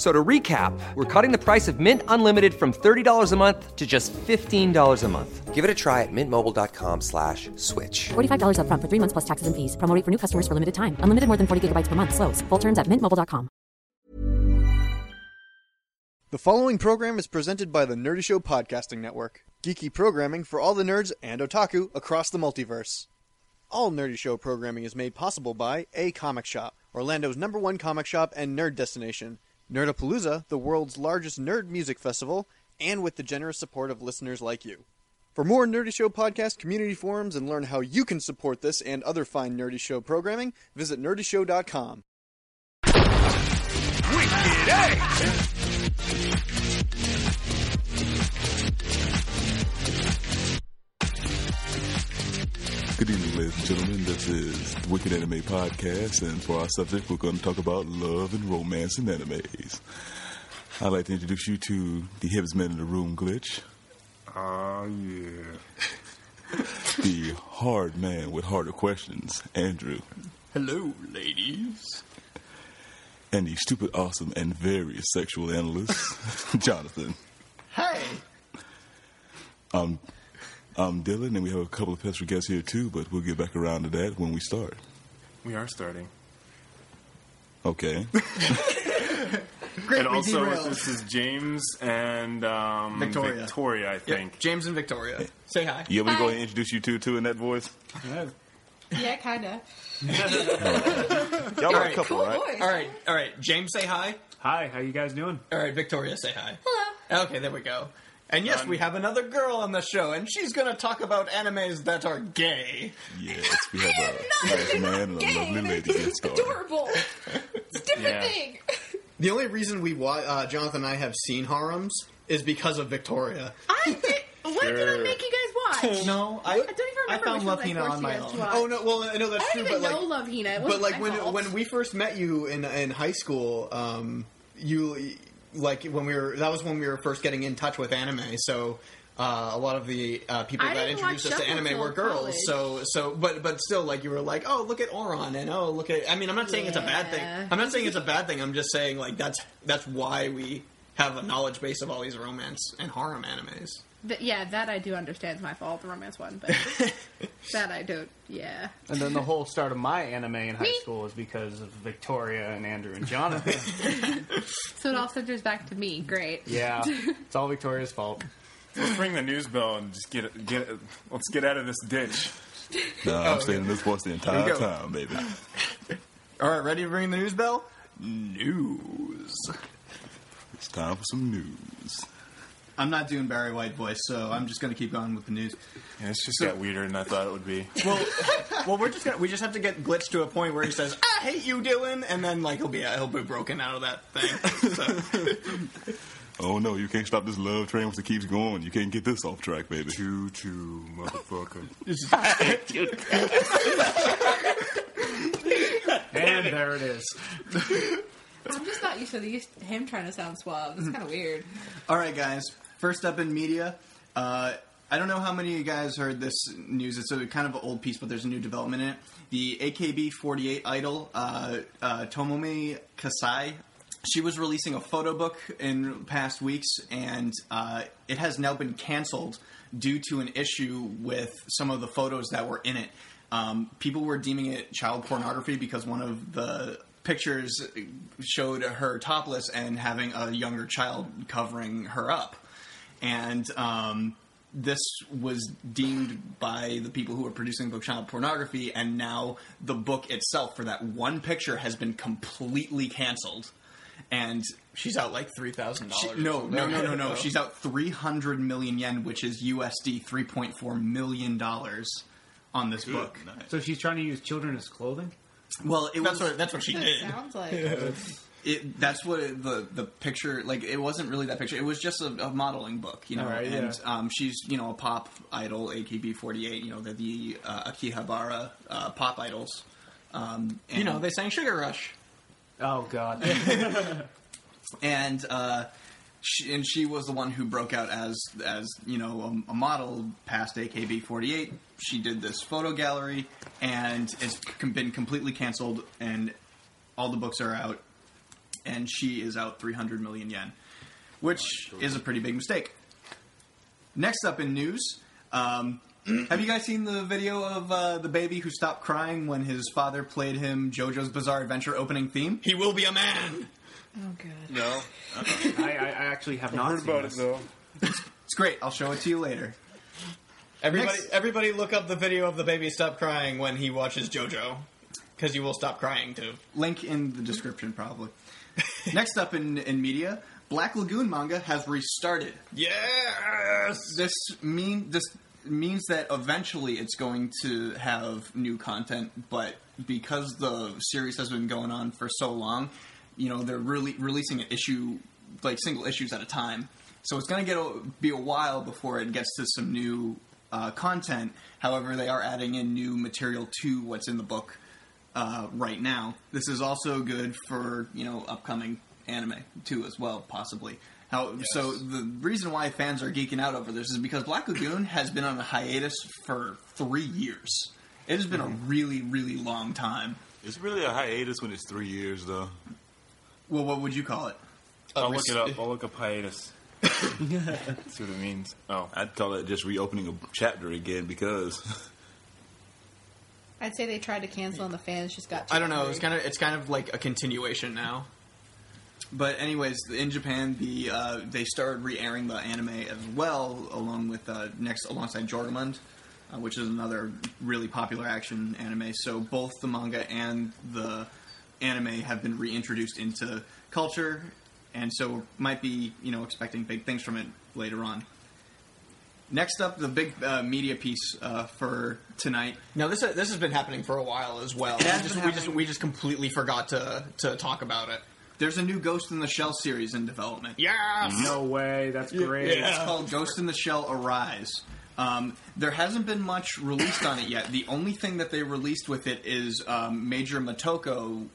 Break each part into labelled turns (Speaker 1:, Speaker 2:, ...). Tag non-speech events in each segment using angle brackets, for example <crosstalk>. Speaker 1: So to recap, we're cutting the price of Mint Unlimited from $30 a month to just $15 a month. Give it a try at mintmobile.com slash switch.
Speaker 2: $45 up front for three months plus taxes and fees. Promo rate for new customers for limited time. Unlimited more than 40 gigabytes per month. Slows. Full terms at mintmobile.com.
Speaker 3: The following program is presented by the Nerdy Show Podcasting Network. Geeky programming for all the nerds and otaku across the multiverse. All Nerdy Show programming is made possible by A Comic Shop, Orlando's number one comic shop and nerd destination, Nerdapalooza, the world's largest nerd music festival, and with the generous support of listeners like you. For more Nerdy Show podcast community forums and learn how you can support this and other fine Nerdy Show programming, visit nerdyshow.com.
Speaker 4: Good evening, ladies and gentlemen. This is Wicked Anime Podcast, and for our subject, we're going to talk about love and romance in animes. I'd like to introduce you to the hippest man in the room, Glitch,
Speaker 5: Oh yeah.
Speaker 4: the hard man with harder questions, Andrew,
Speaker 5: Hello, ladies.
Speaker 4: and the stupid, awesome, and very sexual analyst, <laughs> Jonathan.
Speaker 5: Hey.
Speaker 4: I'm Dylan, and we have a couple of special guests here too, but we'll get back around to that when we start.
Speaker 5: We are starting.
Speaker 4: <laughs> Okay.
Speaker 5: and also, this is James and um,
Speaker 6: Victoria.
Speaker 5: Victoria, I think.
Speaker 6: James and Victoria. Say hi.
Speaker 4: You want me to go ahead and introduce you two too in that voice?
Speaker 7: Yeah, kind of.
Speaker 4: Y'all are a couple, right?
Speaker 6: All right, all right. James, say hi.
Speaker 8: Hi, how you guys doing?
Speaker 6: All right, Victoria, say hi.
Speaker 7: Hello.
Speaker 6: Okay, there we go. And yes,
Speaker 5: Um,
Speaker 6: we have another girl on the show, and she's going to talk about animes that are gay.
Speaker 4: Yes, we
Speaker 8: <laughs>
Speaker 4: have a nice man and a lovely lady guest star.
Speaker 7: Adorable. It's a different
Speaker 5: Yeah.
Speaker 7: thing.
Speaker 4: <laughs>
Speaker 6: The only reason we, wa- uh, Jonathan and I, have seen harems is because of Victoria.
Speaker 7: I did, what did I
Speaker 5: Sure.
Speaker 7: make you guys watch?
Speaker 6: No, I,
Speaker 7: I don't even remember
Speaker 6: found
Speaker 7: which ones I
Speaker 6: Love Hina
Speaker 7: forced
Speaker 6: on
Speaker 7: you
Speaker 6: my
Speaker 7: guys to
Speaker 6: own.
Speaker 7: watch.
Speaker 6: Oh no, well, I know that's
Speaker 7: I
Speaker 6: true,
Speaker 7: don't even
Speaker 6: but
Speaker 7: know
Speaker 6: like,
Speaker 7: Love Hina. It
Speaker 6: but
Speaker 7: wasn't
Speaker 6: like
Speaker 7: my
Speaker 6: when
Speaker 7: fault.
Speaker 6: when we first met you in in high school, um, you like when we were that was when we were first getting in touch with anime. So uh, a lot of the uh, people
Speaker 7: I
Speaker 6: that
Speaker 7: didn't
Speaker 6: introduced
Speaker 7: watch
Speaker 6: us to
Speaker 7: Shuffle
Speaker 6: anime
Speaker 7: till
Speaker 6: were girls.
Speaker 7: college.
Speaker 6: So so but but still like you were like oh look at Oron and oh look at I mean I'm not saying it's a bad thing.
Speaker 7: Yeah.
Speaker 6: I'm not saying it's a bad thing. I'm just saying like that's that's why we have a knowledge base of all these romance and harem animes.
Speaker 7: But yeah, that I do understand is my fault. The romance one,
Speaker 6: <laughs>
Speaker 7: but that I don't. Yeah.
Speaker 8: And then the whole start of my anime in high
Speaker 7: Me.
Speaker 8: school was because of Victoria and Andrew and Jonathan. <laughs>
Speaker 7: So it all centers back to me. Great.
Speaker 8: yeah, it's all Victoria's fault.
Speaker 5: Let's ring the news bell and just get get. Let's get out of this ditch.
Speaker 4: No, I'm staying in this voice the entire
Speaker 6: Here we go.
Speaker 4: time, baby.
Speaker 6: All right, ready to ring the news bell?
Speaker 4: News. It's time for some news.
Speaker 6: I'm not doing Barry White voice, so I'm just going to keep going with the news.
Speaker 5: Yeah, it's just got weirder than I thought it would be.
Speaker 6: Well, <laughs> well, we're just gonna, we just have to get Glitch to a point where he says, "I hate you, Dylan," and then like he'll be he'll be broken out of that thing. So,
Speaker 4: Oh no, you can't stop this love train once it keeps going. You can't get this off track, baby.
Speaker 5: Choo choo, motherfucker.
Speaker 8: And there it is.
Speaker 7: I'm just not used to these, him trying to sound suave. It's kind
Speaker 4: <laughs>
Speaker 7: of weird.
Speaker 6: all right, guys. First up in media, uh, I don't know how many of you guys heard this news. It's a kind of an old piece, but there's a new development in it. The AKB48 idol uh, uh, Tomomi Kasai. She was releasing a photo book in past weeks, and uh, it has now been canceled due to an issue with some of the photos that were in it. Um, people were deeming it child pornography because one of the pictures showed her topless and having a younger child covering her up. And um, this was deemed by the people who were producing the book child pornography, and now the book itself for that one picture has been completely canceled. And she's out like three thousand dollars. Oh. No, no, no, no, no. she's out three hundred million yen, which is USD three point four million dollars on this book.
Speaker 8: So she's trying to use children as clothing?
Speaker 6: Well, it that's what that's what she
Speaker 7: That
Speaker 6: did.
Speaker 7: sounds like.
Speaker 6: It, that's what it, the the picture like. It wasn't really that picture. It was just a, a modeling book, you know.
Speaker 8: All right,
Speaker 6: and
Speaker 8: yeah.
Speaker 6: um, she's you know a pop idol, AKB48. You know, they're the uh, Akihabara uh, pop idols. Um, you know, they sang Sugar Rush.
Speaker 8: Oh <laughs> god.
Speaker 6: and uh, she, and she was the one who broke out as as you know a, a model past AKB48. She did this photo gallery, and it's com- been completely canceled, and all the books are out, and she is out 300 million yen, which is a pretty big mistake. Next up in news. Um, <clears throat> have you guys seen the video of uh, the baby who stopped crying when his father played him JoJo's Bizarre Adventure opening theme? He will be a man.
Speaker 7: Oh god.
Speaker 5: No,
Speaker 8: I, I I actually have
Speaker 5: I
Speaker 8: not
Speaker 5: heard
Speaker 8: seen
Speaker 5: about it
Speaker 8: this.
Speaker 5: though.
Speaker 6: It's great. I'll show it to you later.
Speaker 3: Everybody,
Speaker 6: Next-
Speaker 3: everybody, look up the video of the baby stop crying when he watches JoJo, because you will stop crying too.
Speaker 6: Link in the description, probably. Next up in, in media, Black Lagoon manga has restarted.
Speaker 3: Yes.
Speaker 6: This mean this means that eventually it's going to have new content, but because the series has been going on for so long, you know they're really releasing an issue like single issues at a time. So it's going to get a, be a while before it gets to some new uh, content. However, they are adding in new material to what's in the book uh, right now. This is also good for you know upcoming anime too as well possibly. How so? The reason why fans are geeking out over this is because Black Lagoon has been on a hiatus for three years. It has been a really really long time.
Speaker 4: <laughs> It's really a hiatus when it's three years, though.
Speaker 6: Well, what would you call it?
Speaker 5: I'll look it up. I'll look up
Speaker 4: <laughs>
Speaker 5: hiatus. See what it means. Oh,
Speaker 4: I'd call it just reopening a chapter again because <laughs>
Speaker 7: I'd say they tried to cancel and the fans just got.
Speaker 3: I don't know. It's kind of it's kind of like a continuation now.
Speaker 6: But anyways, in Japan, the uh, they started re-airing the anime as well, along with uh, next alongside Jorgamund, uh, which is another really popular action anime. So both the manga and the anime have been reintroduced into culture, and so might be you know expecting big things from it later on. Next up, the big uh, media piece uh, for tonight.
Speaker 3: No, this this has been happening for a while as well.
Speaker 6: It has
Speaker 3: We just,
Speaker 6: been
Speaker 3: we just
Speaker 6: happening.
Speaker 3: we just completely forgot to to talk about it.
Speaker 6: There's a new Ghost in the Shell series in development.
Speaker 3: Yes.
Speaker 8: No way. That's great.
Speaker 3: yeah.
Speaker 6: It's called Ghost in the Shell Arise. Um, there hasn't been much released on it yet. The only thing that they released with it is um, Major Motoko,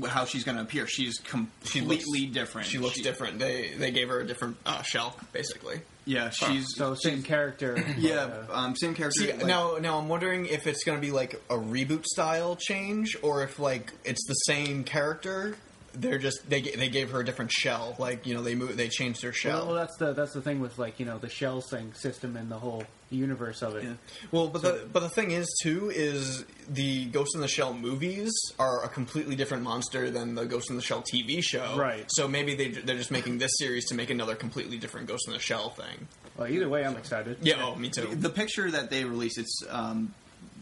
Speaker 6: wh- how she's going to appear. She's completely different.
Speaker 3: She looks different. They they gave her a different uh, shell basically.
Speaker 6: Yeah, she's
Speaker 8: So Oh, same character.
Speaker 6: yeah, um, same character.
Speaker 3: Uh, See,
Speaker 6: like-
Speaker 3: now, now I'm wondering if it's going to be like a reboot style change, or if like it's the same character. They're just they ga- they gave her a different shell. Like you know they moved they changed their shell.
Speaker 8: Well, well, that's the that's the thing with like you know the shell thing system and the whole universe of it.
Speaker 3: Well, but the but the thing is too is the Ghost in the Shell movies are a completely different monster than the Ghost in the Shell TV show.
Speaker 8: Right.
Speaker 3: So maybe they they're just making this series to make another completely different Ghost in the Shell thing.
Speaker 8: Well, either way, I'm excited.
Speaker 3: Yeah. Oh, me too.
Speaker 6: the picture that they released, it's um,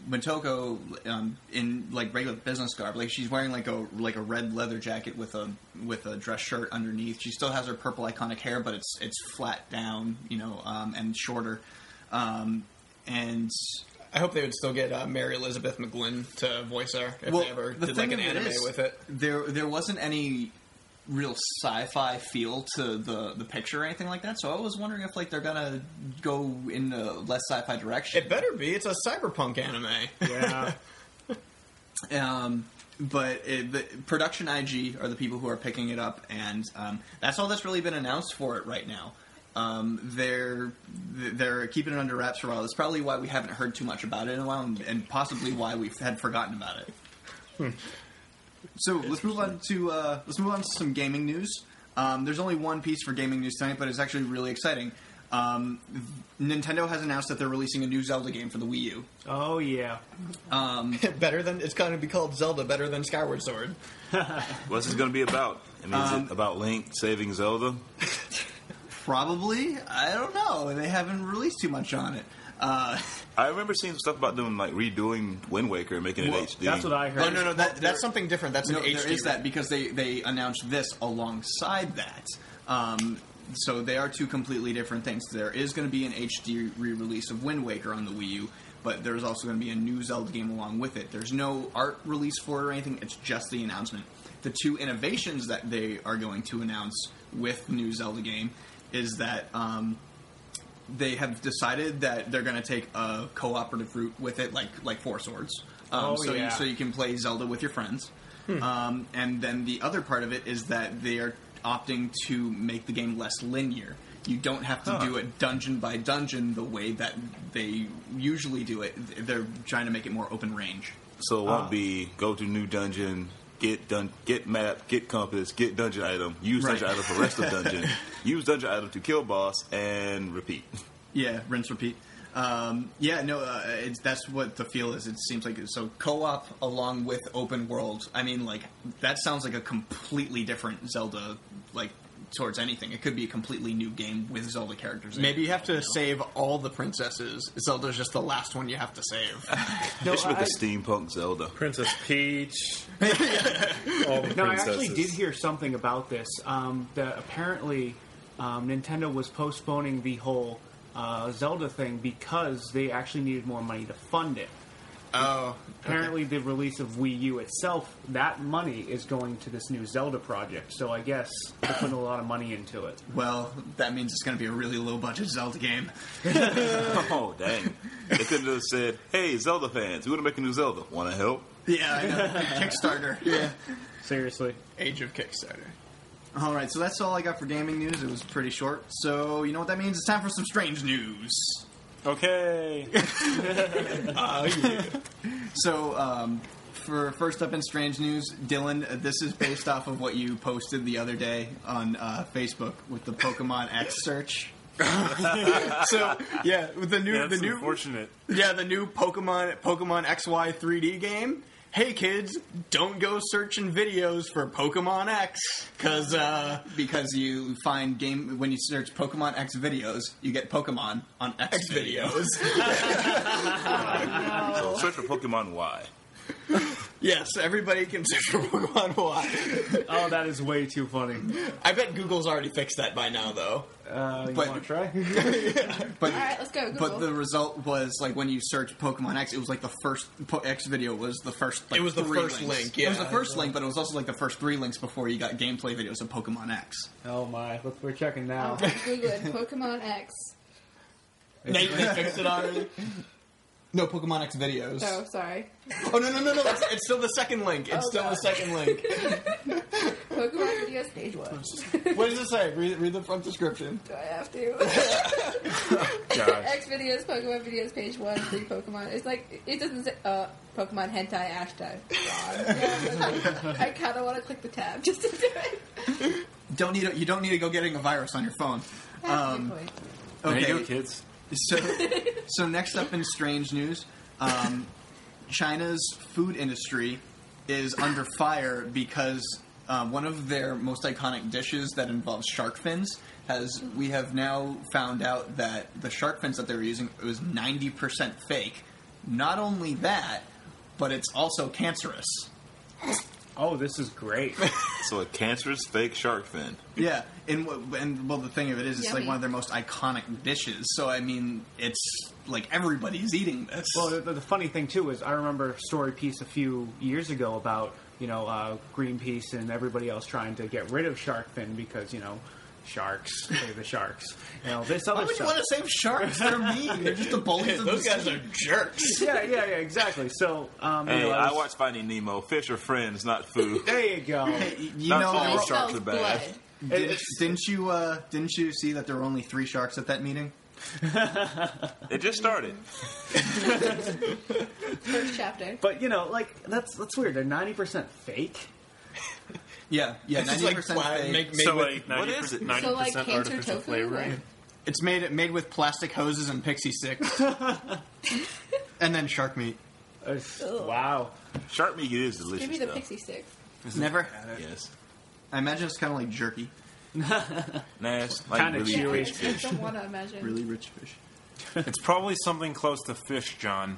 Speaker 6: Motoko um, in like regular business garb. Like she's wearing like a like a red leather jacket with a with a dress shirt underneath. She still has her purple iconic hair, but it's it's flat down, you know, um, and shorter. Um, and
Speaker 3: I hope they would still get uh, Mary Elizabeth McGlynn to voice her if they ever did like an
Speaker 6: of it
Speaker 3: anime
Speaker 6: is,
Speaker 3: with it.
Speaker 6: There, there wasn't any real sci-fi feel to the the picture or anything like that. So I was wondering if like they're gonna go in a less sci-fi direction.
Speaker 3: It better be. It's a cyberpunk anime. <laughs>
Speaker 8: Yeah.
Speaker 6: Um, but it, the production IG are the people who are picking it up, and um, that's all that's really been announced for it right now. Um, they're they're keeping it under wraps for a while. That's probably why we haven't heard too much about it in a while, and, and possibly why we had forgotten about it. So let's move on to uh, let's move on to some gaming news. Um, there's only one piece for gaming news tonight, but it's actually really exciting. Um, Nintendo has announced that they're releasing a new Zelda game for the Wii U.
Speaker 8: oh yeah.
Speaker 3: <laughs> better than it's going to be called Zelda. Better than Skyward Sword.
Speaker 4: what's this going to be about? I mean,
Speaker 8: Um,
Speaker 4: is it about Link saving Zelda?
Speaker 6: Probably. I don't know. They haven't released too much on it. Uh,
Speaker 4: I remember seeing stuff about them like redoing Wind Waker and making
Speaker 6: Well,
Speaker 4: it HD.
Speaker 8: That's what I heard.
Speaker 3: Oh no, no, that, that's something different. That's
Speaker 6: no,
Speaker 3: an
Speaker 6: there
Speaker 3: HD.
Speaker 6: is that because they, they announced this alongside that. Um, so they are two completely different things. There is going to be an HD re release of Wind Waker on the Wii U, but there's also going to be a new Zelda game along with it. There's no art release for it or anything, it's just the announcement. The two innovations that they are going to announce with the new Zelda game is that. Um, they have decided that they're going to take a cooperative route with it, like like Four Swords. Um,
Speaker 8: Oh,
Speaker 6: so you,
Speaker 8: yeah. Hmm.
Speaker 6: so you can play Zelda with your friends. Um, and then the other part of it is that they are opting to make the game less linear. You don't have to do it dungeon by dungeon the way that they usually do it. They're trying to make it more open range.
Speaker 4: So it won't be go to new dungeon, get dun- get map, get compass, get dungeon item, use
Speaker 6: Right.
Speaker 4: dungeon item for rest of dungeon, use dungeon item to kill boss, and repeat.
Speaker 6: Yeah, rinse, repeat. Um, yeah, no, uh, it's, that's what the feel is. It seems like it's so co-op along with open world. I mean, like that sounds like a completely different Zelda, like towards anything. It could be a completely new game with Zelda characters. in it.
Speaker 9: Maybe you have to save all the princesses. Zelda's just the last one you have to save.
Speaker 4: they should make a steampunk Zelda.
Speaker 5: Princess Peach. all the
Speaker 8: No, I
Speaker 5: princesses.
Speaker 8: actually did hear something about this. Um, that apparently um, Nintendo was postponing the whole uh, Zelda thing because they actually needed more money to fund it.
Speaker 9: oh,
Speaker 8: Apparently, the release of Wii U itself, that money is going to this new Zelda project. So I guess they're putting a lot of money into it.
Speaker 6: <laughs> well, that means it's going to be a really low budget Zelda game.
Speaker 4: <laughs> oh dang! They could have said, "Hey, Zelda fans, we want to make a new Zelda. Want to help?"
Speaker 6: Yeah,
Speaker 9: <laughs>
Speaker 6: I know. Kickstarter. Yeah.
Speaker 8: Seriously.
Speaker 9: Age of Kickstarter.
Speaker 6: All right, so that's all I got for gaming news. It was pretty short. So you know what that means? It's time for some strange news.
Speaker 5: Okay.
Speaker 7: <laughs>
Speaker 6: So, um, for first up in strange news, Dylan, uh, this is based off of what you posted the other day on uh, Facebook with the Pokemon X
Speaker 5: <laughs>
Speaker 6: search. <laughs>
Speaker 9: So yeah, with the new
Speaker 5: That's
Speaker 9: the new
Speaker 5: unfortunate.
Speaker 9: yeah the new Pokemon Pokemon XY 3D game. Hey kids, don't go searching videos for Pokemon X because uh,
Speaker 6: Because you find game when you search Pokemon X videos, you get Pokemon on X,
Speaker 9: X videos. <laughs>
Speaker 4: So search for Pokemon Y.
Speaker 9: yes, everybody can search <laughs> for Pokemon Y.
Speaker 8: Oh, that is way too funny.
Speaker 9: I bet Google's already fixed that by now though.
Speaker 8: Uh, you
Speaker 6: But-
Speaker 8: want to try?
Speaker 6: But,
Speaker 7: All right, let's go. Google.
Speaker 6: but the result was like when you search Pokemon X, it was like the first po- X video was the first. Like,
Speaker 9: It was the
Speaker 6: three
Speaker 9: first
Speaker 6: links.
Speaker 9: link,
Speaker 6: it was the
Speaker 9: yeah.
Speaker 6: first link, but it was also like the first three links before you got gameplay videos of Pokemon X.
Speaker 8: oh my, Look, we're checking
Speaker 7: Oh,
Speaker 8: now.
Speaker 7: I Googled Pokemon X.
Speaker 9: They, they fixed it already.
Speaker 6: No Pokemon X videos.
Speaker 7: Oh, sorry.
Speaker 9: Oh no no no no! It's, it's still the second link. It's
Speaker 7: Oh,
Speaker 9: still the
Speaker 7: God.
Speaker 9: second link.
Speaker 7: Pokemon videos page one. <laughs>
Speaker 9: What does it say? Read, read the front description.
Speaker 7: Do I have to?
Speaker 5: Gosh.
Speaker 7: X videos, Pokemon videos, page one, three Pokemon. It's like it doesn't say uh, Pokemon hentai hashtag. God. <laughs> I kind of want to click the tab just to do it.
Speaker 6: don't need a, you don't need to go getting a virus on your phone. Um,
Speaker 7: That's a good point.
Speaker 5: There you
Speaker 6: okay,
Speaker 8: <laughs>
Speaker 5: go, kids.
Speaker 6: so so next up in strange news, um, China's food industry is under fire because um, one of their most iconic dishes that involves shark fins has we have now found out that the shark fins that they were using it was ninety percent fake. Not only that, but it's also cancerous.
Speaker 8: Oh, this is great.
Speaker 4: So a cancerous fake shark fin.
Speaker 6: Yeah, and w- and well, the thing of it is, it's like
Speaker 7: Yummy.
Speaker 6: one of their most iconic dishes. So I mean, it's like everybody's eating this.
Speaker 8: Well, the, the funny thing too is I remember a story piece a few years ago about you know uh, Greenpeace and everybody else trying to get rid of shark fin because you know
Speaker 6: <laughs>
Speaker 8: sharks save the sharks and all this
Speaker 6: why
Speaker 8: other
Speaker 6: would you
Speaker 8: stuff.
Speaker 6: want to save sharks? They're mean. They're just the bullies of
Speaker 9: Those
Speaker 6: the
Speaker 9: guys
Speaker 6: sea.
Speaker 9: are
Speaker 6: <laughs>
Speaker 9: jerks.
Speaker 8: yeah, yeah, yeah, exactly. So um, you
Speaker 4: Hey,
Speaker 8: know,
Speaker 4: I
Speaker 8: was-
Speaker 4: watch Finding Nemo. Fish are friends, not food.
Speaker 8: <laughs> There you go.
Speaker 4: <laughs>
Speaker 6: Y- You
Speaker 4: Not
Speaker 6: know,
Speaker 4: all
Speaker 6: there were-
Speaker 7: It
Speaker 4: sharks
Speaker 7: smells
Speaker 4: are bad.
Speaker 7: blood.
Speaker 6: didn't, didn't you uh, didn't you see that there were only three sharks at that meeting?
Speaker 4: It just started.
Speaker 7: First chapter.
Speaker 8: But you know, like that's that's weird. They're ninety percent fake.
Speaker 6: Yeah, yeah,
Speaker 9: It's
Speaker 6: ninety
Speaker 9: like
Speaker 6: percent.
Speaker 9: pla- make- made
Speaker 5: So
Speaker 9: with-
Speaker 5: like
Speaker 4: What
Speaker 5: ninety
Speaker 4: is it?
Speaker 5: percent, ninety
Speaker 7: so like
Speaker 5: percent
Speaker 7: cancer
Speaker 5: artificial
Speaker 7: tofu.
Speaker 5: flavoring.
Speaker 7: like-
Speaker 9: It's made made with plastic hoses and pixie
Speaker 6: <laughs>
Speaker 9: sticks, and then shark meat.
Speaker 8: Uh, wow.
Speaker 4: Shark meat is delicious.
Speaker 7: Give me the
Speaker 4: though.
Speaker 7: pixie sticks.
Speaker 6: Never.
Speaker 4: Yes.
Speaker 6: I imagine it's kind of like jerky.
Speaker 4: Nah, it's like
Speaker 8: Kinda
Speaker 4: really
Speaker 8: chewy.
Speaker 4: rich
Speaker 7: I
Speaker 4: fish.
Speaker 7: don't want to imagine.
Speaker 6: Really rich fish.
Speaker 5: It's probably something close to fish, John.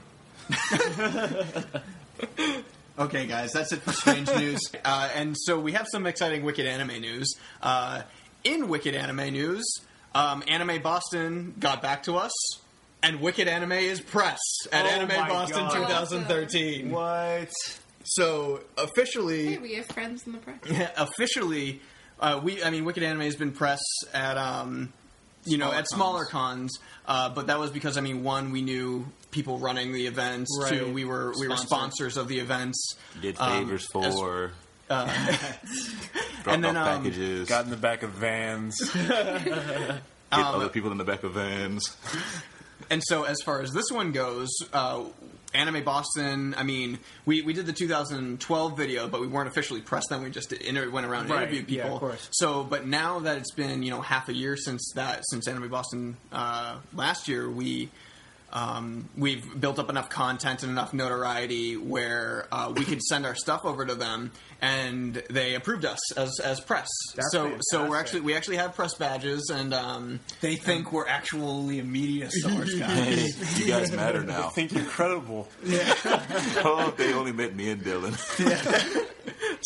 Speaker 6: Okay, guys, that's it for
Speaker 8: <laughs>
Speaker 6: strange news.
Speaker 9: Uh, and so we have some exciting Wicked anime news. Uh, in Wicked anime news, um, Anime Boston got back to us, and Wicked Anime is press at
Speaker 8: Oh
Speaker 9: Anime
Speaker 8: my
Speaker 9: Boston
Speaker 8: God.
Speaker 9: 2013.
Speaker 8: What?
Speaker 9: So
Speaker 7: Hey,
Speaker 9: officially,
Speaker 7: we have friends in the press.
Speaker 9: <laughs> officially, uh, we I mean, Wicked Anime has been press at um, you know at smaller cons, uh, but that was because I mean, one we knew people running the events.
Speaker 6: Right.
Speaker 9: Two, we were we were
Speaker 6: Sponsored.
Speaker 9: sponsors of the events.
Speaker 4: Did
Speaker 9: um,
Speaker 4: favors
Speaker 9: as-
Speaker 4: for <laughs> Dropped
Speaker 10: then,
Speaker 4: off
Speaker 10: um,
Speaker 4: packages.
Speaker 5: Got in the back of vans.
Speaker 4: get other people in the back of vans.
Speaker 6: And so, as far as this one goes, uh, Anime Boston. I mean, we, we did the 2012 video, but we weren't officially pressed then. We just inter- went around and
Speaker 8: Right,
Speaker 6: interviewed
Speaker 8: yeah,
Speaker 6: people.
Speaker 8: of course.
Speaker 6: So, but now that it's been you know half a year since that since Anime Boston uh, last year, we um, we've built up enough content and enough notoriety where uh, we could send our stuff over to them, and they approved us as as press. so so we're
Speaker 8: fantastic.
Speaker 6: actually we actually have press badges, and um,
Speaker 10: They think we're actually a media
Speaker 5: <laughs>
Speaker 10: source, guys.
Speaker 4: You guys matter
Speaker 5: I
Speaker 4: now.
Speaker 5: think you're credible.
Speaker 4: Oh, they only met me and Dylan.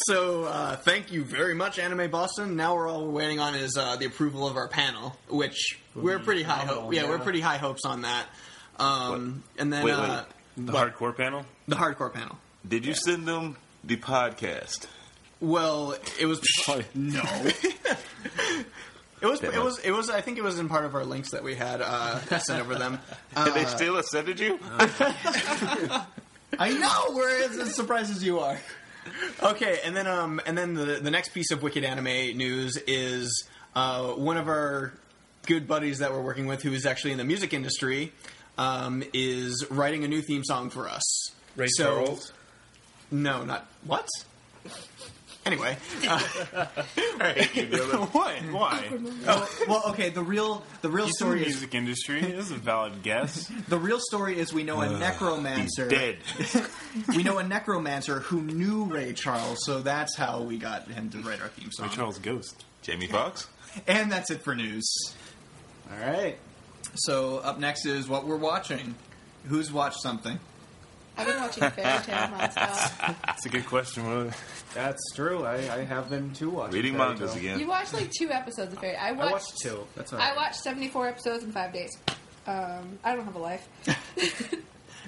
Speaker 6: So uh, thank you very much, Anime Boston. Now we're all we're waiting on is uh, the approval of our panel, which we're pretty high
Speaker 4: Oh,
Speaker 6: hope. Yeah, we're pretty high hopes on that. Um, and then
Speaker 4: Wait, wait.
Speaker 6: Uh,
Speaker 5: The hardcore panel.
Speaker 6: the hardcore panel.
Speaker 4: Did you send them the podcast?
Speaker 6: Well,
Speaker 4: <laughs>
Speaker 6: it was no. <laughs> It was,
Speaker 4: Damn
Speaker 6: it
Speaker 4: it.
Speaker 6: was, it was. I think it was in part of our links that we had uh, sent over them. Uh,
Speaker 4: Did they still offended you?
Speaker 6: I know we're as, as surprised as you are. Okay, and then um, and then the the next piece of Wicked Anime news is uh, one of our good buddies that we're working with, who is actually in the music industry, um, is writing a new theme song for us.
Speaker 5: Ray
Speaker 6: So-
Speaker 5: Charles.
Speaker 6: No, not what. Anyway, uh,
Speaker 4: <laughs>
Speaker 5: What? Why?
Speaker 10: well, okay. The real the real
Speaker 5: He's in the
Speaker 10: story is
Speaker 5: music industry. This is a valid guess.
Speaker 10: the real story is we know a necromancer.
Speaker 4: Dead.
Speaker 10: We know a necromancer who knew Ray Charles, so that's how we got him to write our theme song.
Speaker 5: Charles Ghost.
Speaker 4: Jamie Foxx?
Speaker 10: And that's it for news.
Speaker 8: All right.
Speaker 10: So up next is what we're watching. Who's watched something?
Speaker 7: I've been watching Fairy Tale nonstop.
Speaker 5: That's a good question. What-
Speaker 8: That's true. I, I have been too watching.
Speaker 4: Reading
Speaker 8: Fairy
Speaker 4: mangas
Speaker 8: Tail.
Speaker 7: You
Speaker 4: again.
Speaker 7: watched like two episodes of Fairy. I
Speaker 8: I
Speaker 7: watched,
Speaker 8: watched two. That's all right.
Speaker 7: I watched seventy four episodes in five days. Um, I don't have a life.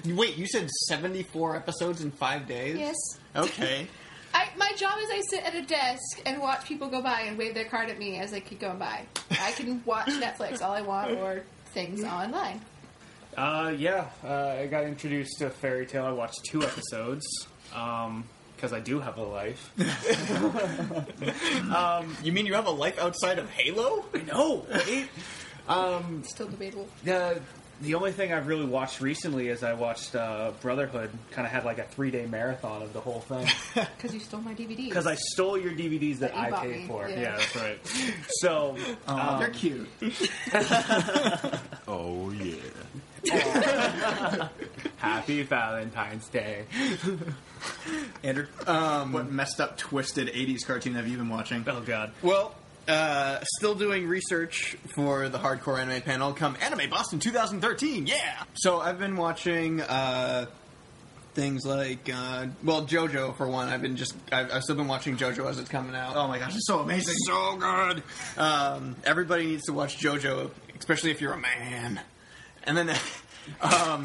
Speaker 6: wait, you said seventy four episodes in five days?
Speaker 7: Yes. <laughs>
Speaker 6: Okay.
Speaker 7: I, my job is I sit at a desk and watch people go by and wave their card at me as they keep going by. I can watch Netflix all I want or things online.
Speaker 8: Uh, yeah, uh, I got introduced to Fairy Tale. I watched two episodes because I do have a life.
Speaker 6: You mean you have a life outside of
Speaker 10: <laughs>
Speaker 6: Halo?
Speaker 8: <laughs> no, it,
Speaker 7: It's still debatable.
Speaker 8: uh, the only thing I've really watched recently is I watched uh, Brotherhood. Kind of had like a three day marathon of the whole
Speaker 7: <laughs>
Speaker 8: thing.
Speaker 7: Because you stole my DVD.
Speaker 8: Because I stole your DVDs that
Speaker 7: That you
Speaker 8: I
Speaker 7: bought
Speaker 8: paid
Speaker 7: me,
Speaker 8: for.
Speaker 7: yeah.
Speaker 8: Yeah. that's right. <laughs> So, um,
Speaker 10: They're cute.
Speaker 4: Oh, yeah.
Speaker 8: happy Valentine's <laughs> Day.
Speaker 10: Andrew, um, what messed up, twisted '80s cartoon have you been watching?
Speaker 8: Oh, God.
Speaker 6: Well, uh, still doing research for the hardcore anime panel. Come Anime Boston 2013, yeah. So I've been watching uh, things like uh, well JoJo for one. I've been just I've, I've still been watching JoJo as it's coming out.
Speaker 10: Oh my gosh, it's so amazing!
Speaker 6: so good. Um, everybody needs to watch JoJo, especially if you're a man. And then <laughs> um,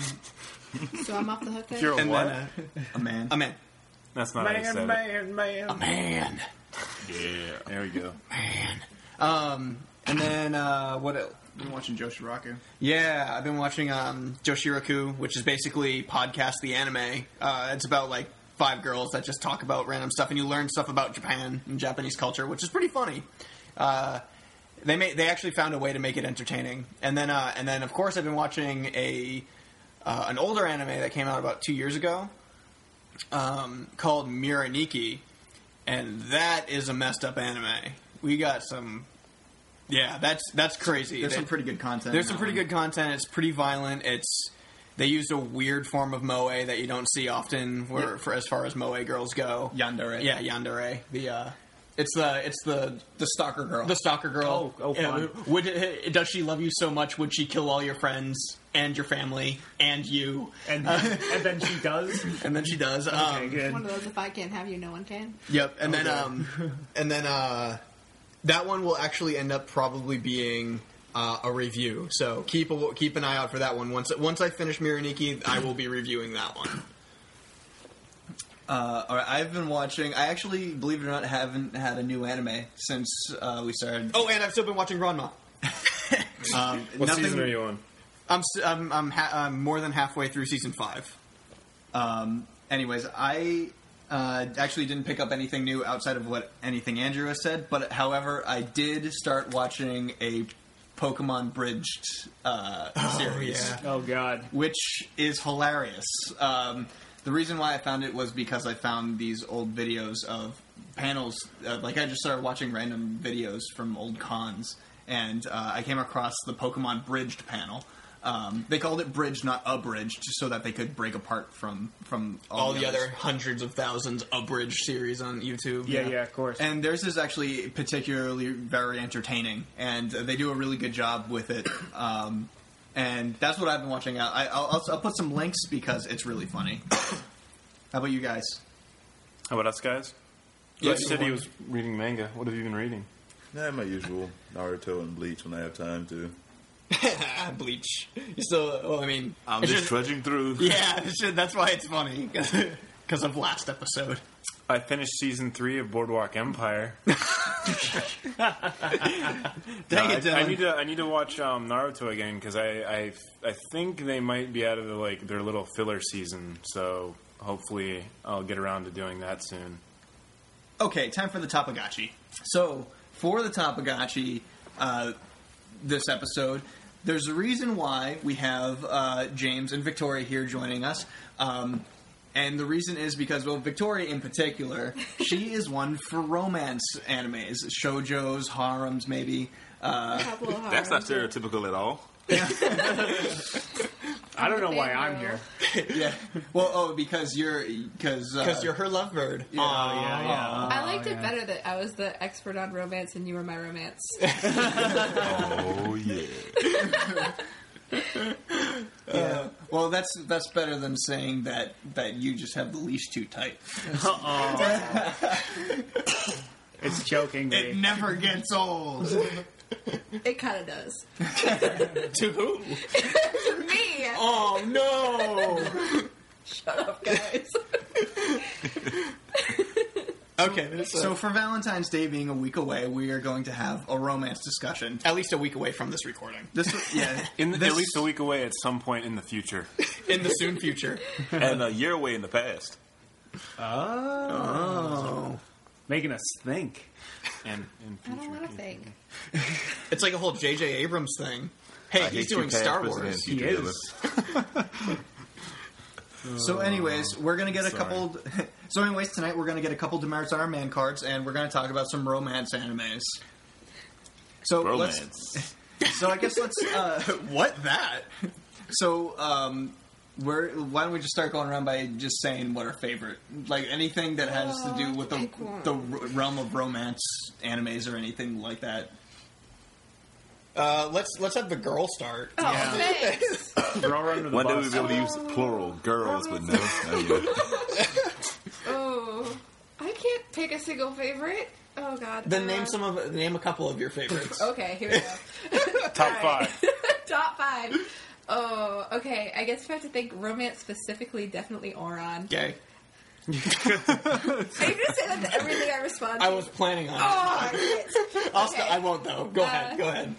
Speaker 7: so I'm off the hook. Then?
Speaker 5: You're a
Speaker 6: and
Speaker 5: what?
Speaker 6: then uh,
Speaker 10: A man.
Speaker 6: a man,
Speaker 5: That's not how you
Speaker 8: Man,
Speaker 5: said it.
Speaker 8: man, man.
Speaker 6: man.
Speaker 4: Yeah.
Speaker 5: There we go.
Speaker 6: Um, and then uh, what else?
Speaker 10: I've been watching Joe Shiraku.
Speaker 6: Yeah, I've been watching um, Joshiraku, which is basically podcast the anime. Uh, it's about like five girls that just talk about random stuff, and you learn stuff about Japan and Japanese culture, which is pretty funny. Uh, they ma- they actually found a way to make it entertaining, and then uh, and then of course I've been watching a uh, an older anime that came out about two years ago um, called Miraniki, and that is a messed up anime. We got some. Yeah, that's that's crazy.
Speaker 10: There's
Speaker 6: They-
Speaker 10: some pretty good content.
Speaker 6: there's
Speaker 10: in
Speaker 6: some
Speaker 10: that
Speaker 6: pretty
Speaker 10: one.
Speaker 6: good content. It's pretty violent. It's they used a weird form of moe that you don't see often, where for as far as moe girls go.
Speaker 10: Yandere.
Speaker 6: Yeah, yandere. The uh, it's the it's the
Speaker 10: The Stalker Girl.
Speaker 6: the stalker girl.
Speaker 8: Oh, oh,
Speaker 6: Yeah,
Speaker 8: fun.
Speaker 6: would does she love you so much? Would she kill all your friends and your family and you?
Speaker 8: And, and then she does.
Speaker 6: And then she does.
Speaker 8: Okay,
Speaker 6: um,
Speaker 8: good.
Speaker 7: One of those. If I can't have you, no one can.
Speaker 6: Yep, and then um,
Speaker 10: <laughs>
Speaker 6: and then uh, that one will actually end up probably being uh, a review. So keep a, keep an eye out for that one. Once once I finish Miraniki, I will be reviewing that one.
Speaker 10: Uh, all right, I've been watching. I actually, believe it or not, haven't had a new anime since uh, we started.
Speaker 6: Oh, and I've still been
Speaker 10: <laughs>
Speaker 6: watching Ranma.
Speaker 10: um,
Speaker 5: What
Speaker 10: nothing,
Speaker 5: season are you on?
Speaker 6: I'm s- I'm I'm, ha- I'm more than halfway through season five.
Speaker 10: Um, anyways, I
Speaker 6: Uh, actually, didn't pick up anything new outside of what anything Andrew has said. But however, I did start watching a Pokemon Bridged uh, series
Speaker 8: Oh God.
Speaker 6: which is hilarious. Um, the reason why I found it was because I found these old videos of panels. Uh, like I just started watching random videos from old cons, and uh, I came across the Pokemon Bridged panel. Um, they called it bridged, not abridged, so that they could break apart from from all,
Speaker 11: all the
Speaker 6: others.
Speaker 11: other hundreds of thousands abridged series on YouTube.
Speaker 8: Yeah, yeah, of course.
Speaker 6: And theirs is actually particularly very entertaining, and uh, they do a really good job with it. Um, and that's what I've been watching. I, I'll, I'll, I'll put some links because it's really funny. <coughs> How about you guys?
Speaker 5: How about us guys?
Speaker 11: Yeah,
Speaker 5: you said
Speaker 11: <laughs>
Speaker 5: he was reading manga. What have you been reading?
Speaker 4: Nah, my usual Naruto and Bleach when I have time to.
Speaker 11: Ah, Bleach. You still, well, I mean,
Speaker 5: I'm
Speaker 11: it's
Speaker 5: just, trudging through.
Speaker 11: <laughs> yeah, it's just- that's why it's funny because of last episode.
Speaker 5: I finished season three of Boardwalk Empire.
Speaker 6: Dang
Speaker 5: I,
Speaker 6: it, Dylan.
Speaker 5: I need to I need to watch um, Naruto again because I, I I think they might be out of the, like their little filler season. So hopefully I'll get around to doing that soon.
Speaker 6: Okay, time for the Tapagachi. So, for the Tapagachi, uh, this episode, there's a reason why we have uh, James and Victoria here joining us. Um, and the reason is because, well, Victoria in particular,
Speaker 11: <laughs>
Speaker 6: she is one for romance animes, shoujos, harems, maybe. Uh,
Speaker 4: <laughs>
Speaker 7: couple of
Speaker 4: That's not
Speaker 7: harms.
Speaker 4: stereotypical at all.
Speaker 8: I don't know
Speaker 7: Fan
Speaker 8: why I'm
Speaker 7: girl.
Speaker 8: here.
Speaker 6: yeah. Well, oh, because you're because uh,
Speaker 11: Because you're her love bird.
Speaker 6: Yeah,
Speaker 8: Oh,
Speaker 11: Aw.
Speaker 6: yeah, yeah.
Speaker 7: I liked it better that I was the expert on romance and you were my romance.
Speaker 4: Oh yeah.
Speaker 6: Yeah. Well, that's that's better than saying that that you just have the leash too tight.
Speaker 8: Oh. It's choking me.
Speaker 6: It never gets
Speaker 11: <laughs>
Speaker 6: old.
Speaker 7: It kind of does.
Speaker 11: To who?
Speaker 7: Me,
Speaker 11: Oh no!
Speaker 7: guys.
Speaker 11: okay, so,
Speaker 6: So for Valentine's Day being a week away, we are going to have a romance discussion.
Speaker 11: at least a week away from this recording. <laughs>
Speaker 6: This, yeah,
Speaker 5: In the,
Speaker 6: this-
Speaker 5: at least a week away at some point in the future.
Speaker 11: In the soon future.
Speaker 4: and a year away in the past.
Speaker 8: <laughs> Making us think.
Speaker 5: and in
Speaker 7: I
Speaker 5: future.
Speaker 7: don't want to think.
Speaker 11: It's like a whole J.J. Abrams thing. Hey,
Speaker 4: I
Speaker 11: he's
Speaker 4: hate you,
Speaker 11: doing
Speaker 4: past,
Speaker 11: Star
Speaker 4: present,
Speaker 11: Wars.
Speaker 4: and future
Speaker 8: He
Speaker 4: Dylan.
Speaker 8: is.
Speaker 6: So, anyways, we're gonna get a
Speaker 5: Sorry.
Speaker 6: couple. <laughs> So, anyways, tonight we're gonna get a couple Demerits Iron Man cards, and we're gonna talk about some romance animes. So let's.
Speaker 4: Romance.
Speaker 6: So I guess let's. Uh,
Speaker 11: <laughs> What that?
Speaker 6: so um, we're. Why don't we just start going around by just saying what our favorite, like anything that has to do with the
Speaker 7: Oh, pick one.
Speaker 6: the r- realm of romance animes or anything like that.
Speaker 11: Uh, let's let's have the girl start.
Speaker 7: Oh, thanks.
Speaker 8: Throw her under the
Speaker 4: One day
Speaker 8: bus.
Speaker 4: we'll be able to use plural girls, but no. Oh, yeah.
Speaker 7: Oh, I can't pick a single favorite. Oh God.
Speaker 11: Then
Speaker 7: Uh,
Speaker 11: name some of name a couple of your
Speaker 6: <laughs>
Speaker 11: favorites.
Speaker 7: Okay, here we go.
Speaker 5: <laughs> Top five.
Speaker 7: <laughs> Top five. Oh, okay. I guess if I have to think romance specifically, definitely Oron.
Speaker 11: Okay.
Speaker 7: Are you gonna say that to everything I respond to?
Speaker 11: I was planning on. it.
Speaker 7: Oh, shit.
Speaker 11: I'll
Speaker 7: okay.
Speaker 11: st- I won't though. Go
Speaker 7: Uh,
Speaker 11: ahead. Go
Speaker 6: <laughs>
Speaker 11: ahead.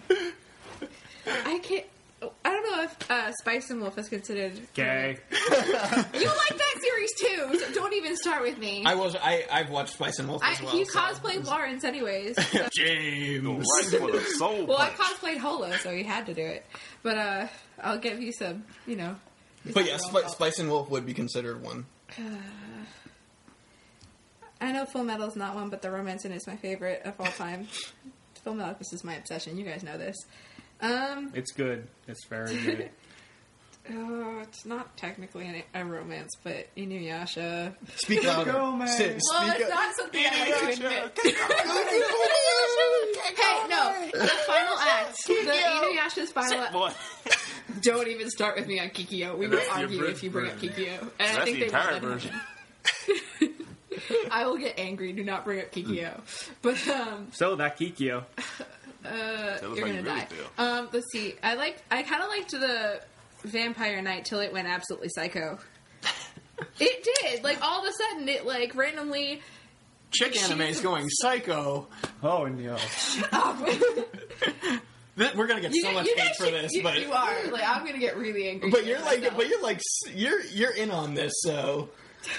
Speaker 7: I can't. oh, I don't know if uh, Spice and Wolf is considered.
Speaker 8: Okay.
Speaker 7: You like that series too, so don't even start with me.
Speaker 11: I was. I I've watched Spice and Wolf
Speaker 7: I-
Speaker 11: as well.
Speaker 7: you
Speaker 11: so- <laughs>
Speaker 7: cosplayed Lawrence anyways. so-
Speaker 11: James.
Speaker 4: <laughs> Right for the soul.
Speaker 7: well, I
Speaker 4: punch.
Speaker 7: cosplayed Hola, so you had to do it. But uh, I'll give you some, you know.
Speaker 11: But yeah, Sp- Spice and Wolf would be considered one.
Speaker 7: I know Full Metal's not one, but the romance in it is my favorite of all time. Full Metal Alchemist is my obsession. You guys know this. Um,
Speaker 8: It's good. It's very <laughs> good.
Speaker 7: oh, it's not technically an, a romance, but Inuyasha.
Speaker 11: Speak louder. Sit,
Speaker 7: Well,
Speaker 11: speak
Speaker 7: it's
Speaker 11: up.
Speaker 7: not something I like to admit. hey, no, the final act, the Inuyasha's final act.
Speaker 5: Boy,
Speaker 7: Don't even start with me on Kikyo. We will
Speaker 5: That's the
Speaker 7: argue if you bring up
Speaker 5: abridged
Speaker 7: Kikyo, and I
Speaker 5: that's
Speaker 7: think
Speaker 5: the
Speaker 7: they
Speaker 5: entire
Speaker 7: want that.
Speaker 5: version.
Speaker 7: I will get angry. Do not bring up Kikyo.
Speaker 11: Hmm.
Speaker 7: But um,
Speaker 8: so that Kikyo.
Speaker 4: Tell us
Speaker 7: you're
Speaker 4: how
Speaker 7: gonna
Speaker 4: you really
Speaker 7: die.
Speaker 4: feel.
Speaker 7: Um, let's see. I like. I kind of liked the Vampire Knight till it went absolutely
Speaker 11: <laughs>
Speaker 7: psycho. it did. Like all of a sudden, it like randomly.
Speaker 11: Chick anime is going psycho.
Speaker 8: Oh no.
Speaker 11: Th- We're gonna get so much
Speaker 7: guys
Speaker 11: hate for
Speaker 7: should-
Speaker 11: this,
Speaker 7: you-
Speaker 11: but
Speaker 7: you are like I'm gonna get really angry.
Speaker 11: but you're
Speaker 7: at
Speaker 11: like
Speaker 7: myself.
Speaker 11: but you're like s- you're you're in on this, so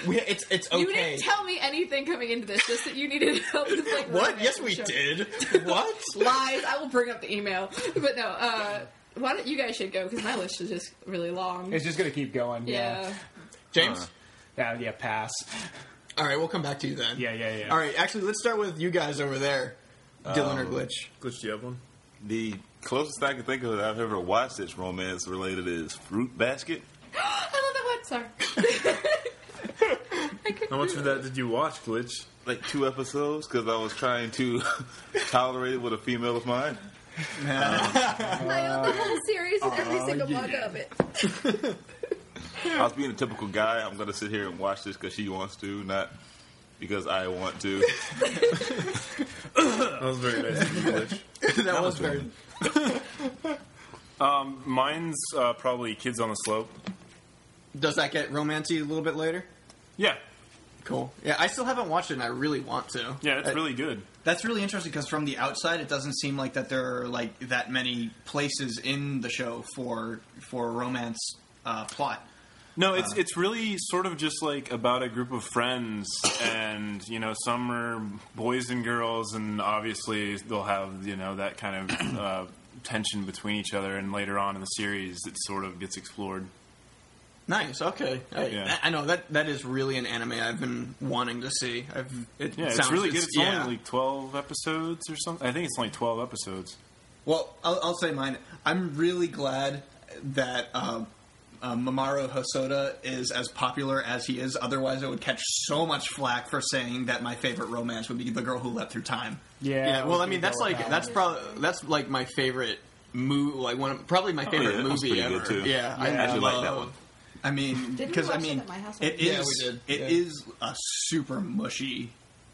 Speaker 6: We, it's it's okay.
Speaker 7: You didn't tell me anything coming into this, just that you needed help with like
Speaker 6: what?
Speaker 7: romance
Speaker 6: Yes, we
Speaker 7: show. <laughs>
Speaker 6: did. What?
Speaker 7: Lies. I will bring up the email, but no. Uh, why don't you guys should go because my list is just really long.
Speaker 8: It's just gonna keep going.
Speaker 7: yeah.
Speaker 8: Yeah.
Speaker 6: James.
Speaker 8: Yeah. Yeah. pass.
Speaker 6: All right, we'll come back to you then.
Speaker 8: Yeah, yeah, yeah.
Speaker 6: All right, actually, let's start with you guys over there, Dylan or Glitch.
Speaker 5: <laughs>
Speaker 6: <laughs>
Speaker 5: Glitch, do you have
Speaker 7: <laughs>
Speaker 5: one?
Speaker 4: The closest I can think of that I've ever watched that's romance related is Fruit Basket.
Speaker 7: I love that one. Sorry. I couldn't
Speaker 5: How much
Speaker 7: do
Speaker 5: of
Speaker 7: it.
Speaker 5: that did you watch, Glitch?
Speaker 4: Like two episodes because I was trying to <laughs> tolerate it with a female of mine.
Speaker 7: <laughs> I own the whole series and every single one of it.
Speaker 4: I was being a typical guy. I'm going to sit here and watch this because she wants to, not because I want to.
Speaker 5: That was very nice of you, Glitch.
Speaker 6: that, was very.
Speaker 5: <laughs> Mine's uh, probably Kids on the Slope.
Speaker 6: Does that get romancy a little bit later?
Speaker 5: Yeah.
Speaker 6: Cool. Yeah, I still haven't watched it, and I really want to.
Speaker 5: Yeah, it's
Speaker 6: I-
Speaker 5: really good.
Speaker 10: That's really interesting because from the outside, it doesn't seem like that there are like that many places in the show for for a romance uh, plot.
Speaker 5: No, it's it's really sort of just like about a group of friends, and you know, some are boys and girls, and obviously they'll have you know that kind of uh, tension between each other, and later on in the series, it sort of gets explored.
Speaker 6: Nice. Okay. I,
Speaker 5: Yeah.
Speaker 6: I know that that is really an anime I've been wanting to see. I've, it
Speaker 5: Yeah, it's
Speaker 6: sounds-
Speaker 5: really good. It's
Speaker 6: yeah.
Speaker 5: only like twelve episodes or something. I think it's only twelve episodes.
Speaker 10: Well, I'll, I'll say mine. I'm really glad that uh, uh, Mamoru Hosoda is as popular as he is. Otherwise, I would catch so much flack for saying that my favorite romance would be the girl who leapt through time.
Speaker 8: Yeah.
Speaker 6: Yeah, well, I mean,
Speaker 8: gonna
Speaker 6: that's
Speaker 8: go with
Speaker 6: like
Speaker 8: that
Speaker 6: that's probably that's like my favorite movie, like one of, probably my favorite
Speaker 4: Oh, yeah, that one's
Speaker 6: movie
Speaker 4: pretty
Speaker 6: ever.
Speaker 4: good, too.
Speaker 6: Yeah, I
Speaker 4: I actually like that
Speaker 6: love-
Speaker 4: one.
Speaker 10: I mean,
Speaker 7: Didn't we
Speaker 10: because I
Speaker 7: watch it
Speaker 10: mean,
Speaker 7: at my house?
Speaker 10: it is
Speaker 6: Yeah, we did.
Speaker 10: it
Speaker 6: Yeah.
Speaker 10: is a super mushy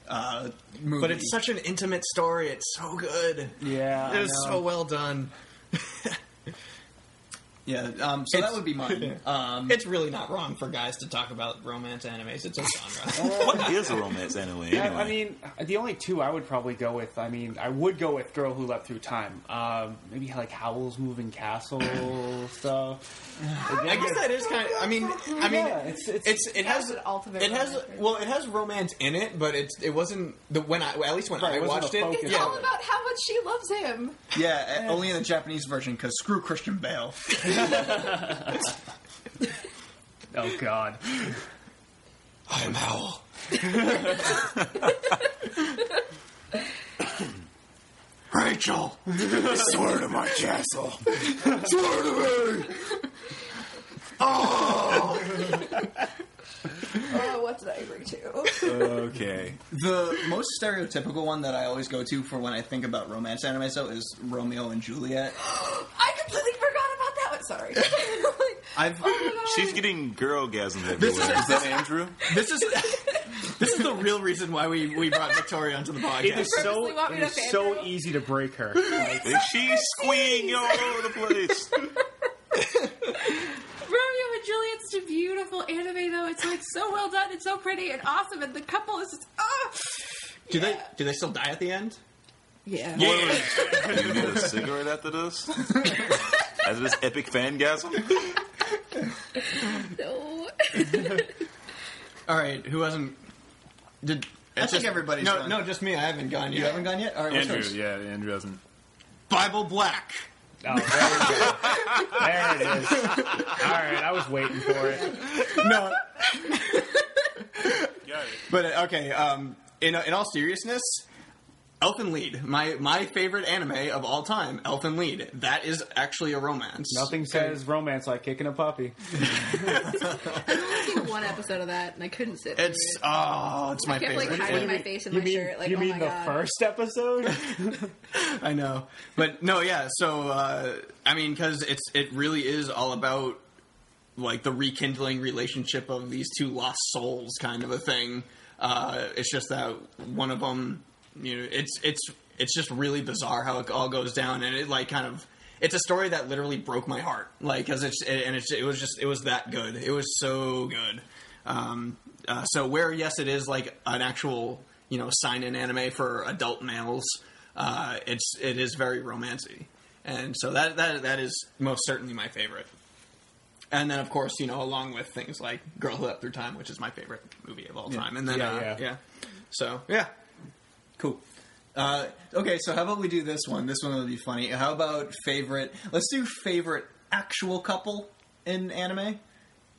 Speaker 10: uh, movie,
Speaker 6: But it's such an intimate story. It's so good.
Speaker 8: Yeah, I
Speaker 6: it is
Speaker 8: know.
Speaker 6: so well done.
Speaker 10: yeah. Um, so that
Speaker 6: it's-
Speaker 10: would be
Speaker 6: <laughs>
Speaker 10: mine. Um,
Speaker 6: It's really not wrong for guys to talk about romance animes. It's a genre.
Speaker 4: What is a romance anyway?
Speaker 8: I-
Speaker 4: anyway?
Speaker 8: I mean, the only two I would probably go with. I mean, I would go with "Girl Who Leapt Through Time." Um, maybe like Howl's
Speaker 6: <sighs>
Speaker 8: Moving Castle stuff.
Speaker 6: I guess that is kind of. I mean, I mean,
Speaker 8: Yeah, it's-
Speaker 6: it's,
Speaker 8: it's-
Speaker 6: it has
Speaker 7: That's an ultimate
Speaker 6: it has
Speaker 7: romance.
Speaker 6: well it has romance in it, but it's it wasn't the when I well, at least when
Speaker 8: Right,
Speaker 6: I
Speaker 8: it wasn't
Speaker 6: watched
Speaker 8: the
Speaker 6: it.
Speaker 8: focus
Speaker 7: It's
Speaker 6: yeah,
Speaker 7: all about how much she loves him.
Speaker 10: yeah, only in the Japanese version because screw Christian Bale.
Speaker 8: Oh God,
Speaker 6: I'm Howl.
Speaker 4: Rachel, swear to my castle. Swear to me.
Speaker 8: Uh-huh.
Speaker 7: Oh, what did I bring to? <gasps>
Speaker 5: Okay,
Speaker 10: The most stereotypical one that I always go to for when I think about romance anime so is Romeo and Juliet.
Speaker 7: I completely forgot about that one. Sorry. <laughs> Oh
Speaker 10: I've
Speaker 4: She's getting girl gasms everywhere. Is that <laughs> Andrew?
Speaker 6: This is <laughs> this is the real reason why we, we brought Victoria onto the
Speaker 8: it
Speaker 6: podcast.
Speaker 8: is so
Speaker 7: purposely want me
Speaker 8: it
Speaker 7: to
Speaker 8: is so
Speaker 7: fangirl?
Speaker 8: easy to break her. Oh,
Speaker 4: And she's squeeing all over the place.
Speaker 7: Romeo and Juliet's such a beautiful anime, though. It's like so well done and so pretty and awesome, and the couple is just ah.
Speaker 6: Do they do they still die at the end?
Speaker 7: Yeah.
Speaker 6: <laughs>
Speaker 4: You need a cigarette after this? After this epic fangasm?
Speaker 7: No.
Speaker 6: All right, who hasn't? Did I
Speaker 10: think everybody's
Speaker 6: no
Speaker 10: gone.
Speaker 6: no just me. I haven't gone yet.
Speaker 10: you haven't gone yet. All right, what's
Speaker 5: Andrew.
Speaker 10: yours?
Speaker 5: Yeah, Andrew hasn't.
Speaker 6: Bible Black.
Speaker 8: Oh, there, we go. there it is. All right, I was waiting for it.
Speaker 6: No,
Speaker 5: Got it.
Speaker 6: but uh, okay. Um, in in all seriousness. Elfin Lead, my my favorite anime of all time, Elfin Lead. That is actually a romance.
Speaker 8: Nothing says romance like kicking a puppy.
Speaker 7: I've seen <laughs> one episode of that, and I couldn't sit. through
Speaker 6: It's
Speaker 7: it.
Speaker 6: oh, it's my
Speaker 7: I kept
Speaker 6: favorite.
Speaker 7: like hiding my face in
Speaker 8: you
Speaker 7: my
Speaker 8: mean
Speaker 7: shirt. Like,
Speaker 8: you
Speaker 7: oh
Speaker 8: mean
Speaker 7: my
Speaker 8: the
Speaker 7: God.
Speaker 8: first episode?
Speaker 6: I know, but no, yeah. So uh, I mean, because it's it really is all about like the rekindling relationship of these two lost souls, kind of a thing. Uh, it's just that one of them, you know, it's it's it's just really bizarre how it all goes down, and it like kind of it's a story that literally broke my heart, like because it's and it's it was just it was that good, it was so good. Um, uh, so where yes, it is like an actual you know sign in anime for adult males. Uh, it's it is very romancy, and so that that that is most certainly my favorite. And then, of course, you know, along with things like Girlhood Up Through Time, which is my favorite movie of all time. And then,
Speaker 8: Yeah,
Speaker 6: uh,
Speaker 8: yeah.
Speaker 6: yeah. So, yeah. Cool. Uh, okay, so how about we do this one? This one will be funny. How about favorite? Let's do favorite actual couple in anime.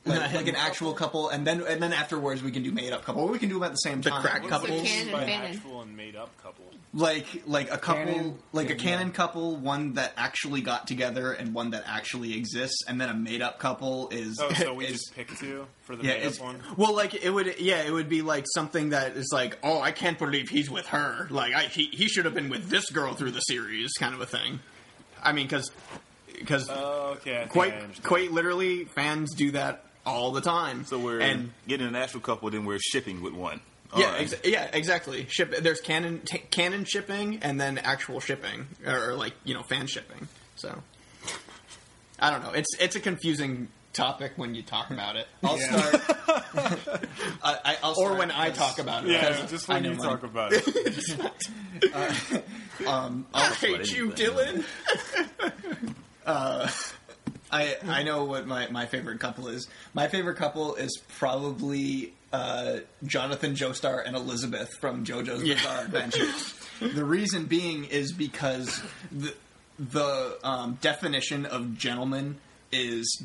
Speaker 6: Like,
Speaker 8: <laughs>
Speaker 6: like an actual couple, and then and then afterwards we can do made up couple. Or we can do them at the same time.
Speaker 10: crack
Speaker 6: Like,
Speaker 10: couple.
Speaker 7: So Canon
Speaker 5: By
Speaker 7: and Bannon.
Speaker 5: actual and made up couple.
Speaker 6: like like a couple,
Speaker 8: Canon.
Speaker 6: like a
Speaker 8: Yeah.
Speaker 6: canon couple, one that actually got together and one that actually exists, and then a made up couple is
Speaker 5: Oh,
Speaker 6: <laughs>
Speaker 5: so we
Speaker 6: is-
Speaker 5: just pick two for the
Speaker 6: yeah,
Speaker 5: made
Speaker 6: it's,
Speaker 5: up one.
Speaker 6: well, like it would, yeah, it would be like something that is like, oh, I can't believe he's with her. Like, I he, he should have been with this girl through the series, kind of a thing. I mean, because because
Speaker 5: Oh, okay. I think I
Speaker 6: quite
Speaker 5: understand.
Speaker 6: quite literally, fans do that all the time.
Speaker 12: So we're
Speaker 6: and
Speaker 12: getting an actual couple, then we're shipping with one. All
Speaker 6: yeah,
Speaker 12: right.
Speaker 6: ex- yeah, exactly. Ship there's canon t- canon shipping and then actual shipping or, or, like you know fan shipping. So I don't know. It's it's a confusing topic when you talk about it. I'll start.
Speaker 5: <laughs>
Speaker 6: I, I, I'll or when I talk about it.
Speaker 5: Yeah,
Speaker 6: because
Speaker 5: just
Speaker 6: I
Speaker 5: when
Speaker 6: know
Speaker 5: you
Speaker 6: mine.
Speaker 5: talk about it.
Speaker 6: <laughs> I hate you,
Speaker 12: anything.
Speaker 6: Dylan. <laughs> I I know what my, my favorite couple is. My favorite couple is probably uh, Jonathan Joestar and Elizabeth from JoJo's Bizarre Adventure. the reason being is because the the um, definition of gentleman is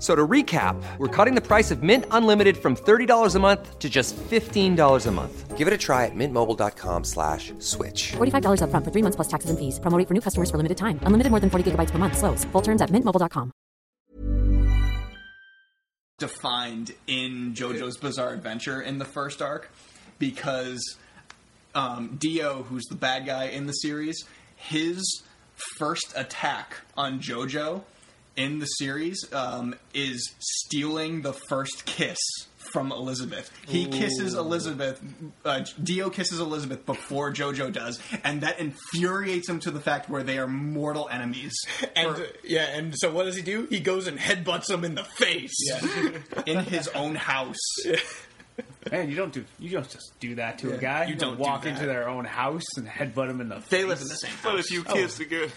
Speaker 1: So to recap, we're cutting the price of Mint Unlimited from $30 a month to just $15 a month. Give it a try at mintmobile.com slash switch.
Speaker 2: $45 upfront for three months plus taxes and fees. Promo rate for new customers for limited time. Unlimited more than 40 gigabytes per month. Slows. Full terms at mintmobile.com.
Speaker 6: defined in JoJo's Bizarre Adventure in the first arc because um, Dio, who's the bad guy in the series, his first attack on JoJo in the series um, is stealing the first kiss from Elizabeth. He kisses Elizabeth. Uh, Dio kisses Elizabeth before JoJo does, and that infuriates him to the fact where they are mortal enemies. <laughs> And yeah, and so what does he do? He goes and headbutts him in the face in his own house. <laughs>
Speaker 8: Man, you don't do you don't just do that to a guy.
Speaker 6: you don't do
Speaker 8: walk
Speaker 6: that.
Speaker 8: into their own house and headbutt them in the
Speaker 6: They
Speaker 8: face.
Speaker 6: live in the same. House.
Speaker 12: But if you kiss
Speaker 6: Oh.
Speaker 12: the girl,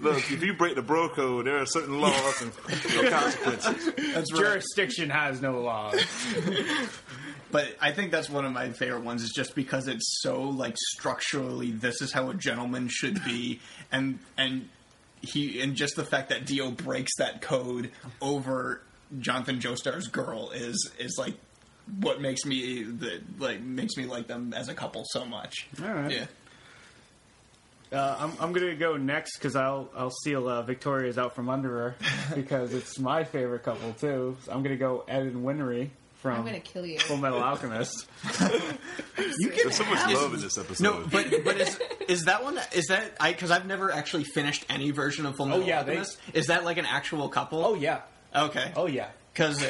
Speaker 12: look, if you break the bro code, there are certain laws and consequences.
Speaker 6: That's
Speaker 8: Jurisdiction has no laws.
Speaker 6: But I think that's one of my favorite ones is just because it's so like structurally this is how a gentleman should
Speaker 8: <laughs>
Speaker 6: be and and he and just the fact that Dio breaks that code over Jonathan Joestar's girl is is like what makes me the like makes me like them as a couple so much.
Speaker 8: All right.
Speaker 6: Yeah.
Speaker 8: <laughs> Uh, I'm, I'm gonna go next because I'll I'll steal uh, Victoria's out from under <laughs> her because it's my favorite couple too. So I'm gonna go Ed and Winnery from
Speaker 7: I'm gonna kill you.
Speaker 8: Full Metal Alchemist.
Speaker 6: You can
Speaker 12: There's so much love in this episode.
Speaker 6: No, but but is is that one is that I because I've never actually finished any version of Full Metal
Speaker 8: Oh, yeah, they-
Speaker 6: Alchemist. Is that like an actual couple?
Speaker 8: <laughs> Oh yeah,
Speaker 6: Okay.
Speaker 8: oh yeah,
Speaker 6: Because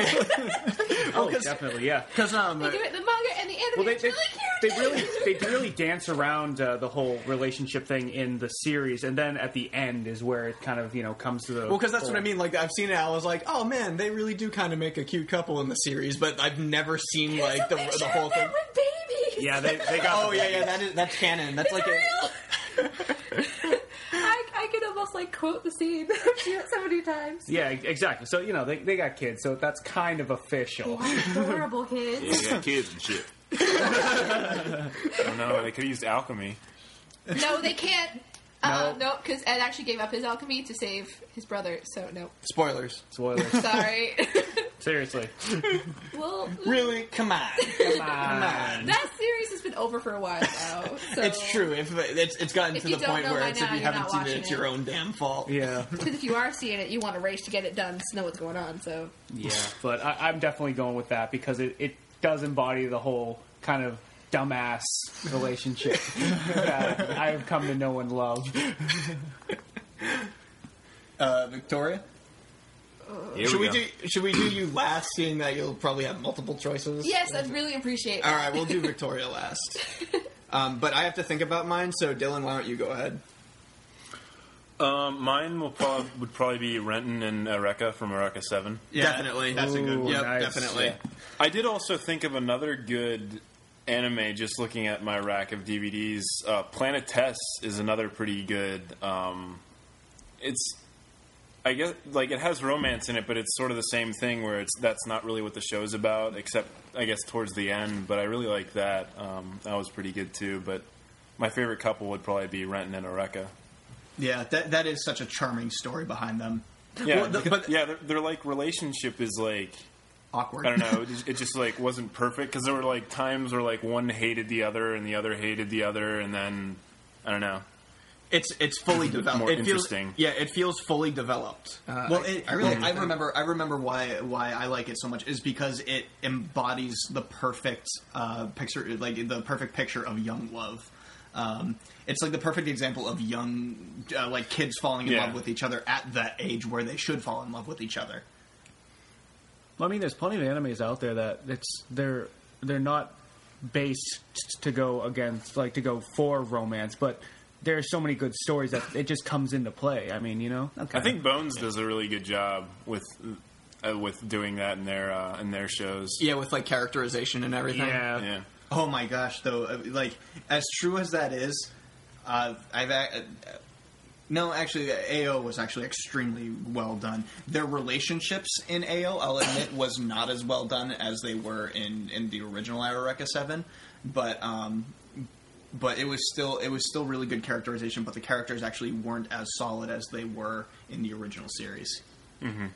Speaker 8: oh definitely <laughs> yeah.
Speaker 6: because um
Speaker 7: They do it in the manga and the anime.
Speaker 8: Well, they,
Speaker 7: it's
Speaker 8: they,
Speaker 7: really
Speaker 8: they
Speaker 7: cute.
Speaker 8: really they really dance around uh, the whole relationship thing in the series, and then at the end is where it kind of you know comes to the
Speaker 6: well because that's
Speaker 8: full-
Speaker 6: what I mean. Like I've seen it. I was like, oh man, they really do kind of make a cute couple in the series, but I've never seen
Speaker 7: There's
Speaker 6: like
Speaker 7: a
Speaker 6: the
Speaker 7: picture
Speaker 6: the whole
Speaker 7: of them
Speaker 6: thing.
Speaker 7: with babies.
Speaker 8: Yeah, they they <laughs> got
Speaker 6: Oh yeah, yeah, that is that's canon. That's like
Speaker 7: For
Speaker 6: a,
Speaker 7: real. I, I could almost like quote the scene <laughs> so many times.
Speaker 6: <laughs>
Speaker 8: yeah exactly. So you know they they got kids, so that's kind of official.
Speaker 7: Adorable kids.
Speaker 12: they got kids and shit.
Speaker 5: I don't know. They could have used alchemy.
Speaker 7: No, they can't. Uh, no, because Ed actually gave up his alchemy to save his brother. So no,
Speaker 6: spoilers.
Speaker 8: Spoilers.
Speaker 7: sorry.
Speaker 8: <laughs>
Speaker 7: <laughs>
Speaker 8: Seriously.
Speaker 7: well, Mm. <laughs>
Speaker 6: Really, come on, come on.
Speaker 7: that series has been over for a while now. So
Speaker 6: it's true. If it's, it's gotten
Speaker 7: If
Speaker 6: to
Speaker 7: you
Speaker 6: the
Speaker 7: don't
Speaker 6: point
Speaker 7: know
Speaker 6: where
Speaker 7: by
Speaker 6: it's
Speaker 7: now,
Speaker 6: if you
Speaker 7: you're
Speaker 6: haven't
Speaker 7: not
Speaker 6: seen it,
Speaker 7: watching
Speaker 6: it's
Speaker 7: it.
Speaker 6: your own damn fault.
Speaker 8: <laughs> Yeah.
Speaker 7: Because if you are seeing it, you want to race to get it done to know what's going on. So
Speaker 8: Yeah, but I, I'm definitely going with that because it, it does embody the whole kind of dumbass relationship <laughs> that I've come to know and love.
Speaker 6: Uh, Victoria.
Speaker 7: Here
Speaker 6: should
Speaker 7: we
Speaker 6: we,
Speaker 7: go.
Speaker 6: do? Should we do you last? Seeing that you'll probably have multiple choices.
Speaker 7: yes, I'd really appreciate.
Speaker 6: All
Speaker 7: that. <laughs>
Speaker 6: right, we'll do Victoria last. Um, but I have to think about mine. So Dylan, why don't you go ahead?
Speaker 5: Um, mine will prob- would probably be Renton and Eureka from Eureka Seven.
Speaker 6: Yeah, Definitely. that's a good one. Ooh, Yep, nice. definitely.
Speaker 5: I did also think of another good anime. Just looking at my rack of DVDs, uh, Planet Test is another pretty good. Um, it's I guess like it has romance in it, but it's sort of the same thing where it's that's not really what the show's about, except I guess towards the end. But I really like that. Um, that was pretty good too. But my favorite couple would probably be Renton and Eureka.
Speaker 10: Yeah, that that is such a charming story behind them.
Speaker 5: Yeah,
Speaker 10: Well, the-
Speaker 5: but yeah, their, their like relationship is like
Speaker 10: awkward.
Speaker 5: I don't know. It just, it just like wasn't perfect because there were like times where like one hated the other and the other hated the other, and then I don't know.
Speaker 6: <laughs> It's it's fully
Speaker 10: developed.
Speaker 5: More
Speaker 6: It feels-
Speaker 5: interesting.
Speaker 6: Yeah, it feels fully developed. Uh,
Speaker 10: well,
Speaker 6: I-
Speaker 10: it,
Speaker 6: I really
Speaker 10: I
Speaker 6: like that.
Speaker 10: remember I remember why why I like it so much is because it embodies the perfect uh, picture, like the perfect picture of young love. Um, it's like the perfect example of young, uh, like kids falling in
Speaker 8: Yeah.
Speaker 10: love with each other at that age where they should fall in love with each other.
Speaker 8: Well, I mean, there's plenty of animes out there that it's they're they're not based to go against like to go for romance, but there's so many good stories that it just comes into play. I mean, you know,
Speaker 5: I think Bones does a really good job with uh, with doing that in their uh, in their shows.
Speaker 6: Yeah, with like characterization and everything.
Speaker 10: Yeah.
Speaker 5: yeah.
Speaker 10: Oh my gosh, though, uh, like as true as that is, uh, I've ac- uh, no, actually, uh, AO was actually extremely well done. Their relationships in AO, I'll admit, was not as well done as they were in in the original Eureka Seven, but um, but it was still it was still really good characterization. But the characters actually weren't as solid as they were in the original series.
Speaker 5: Mm-hmm.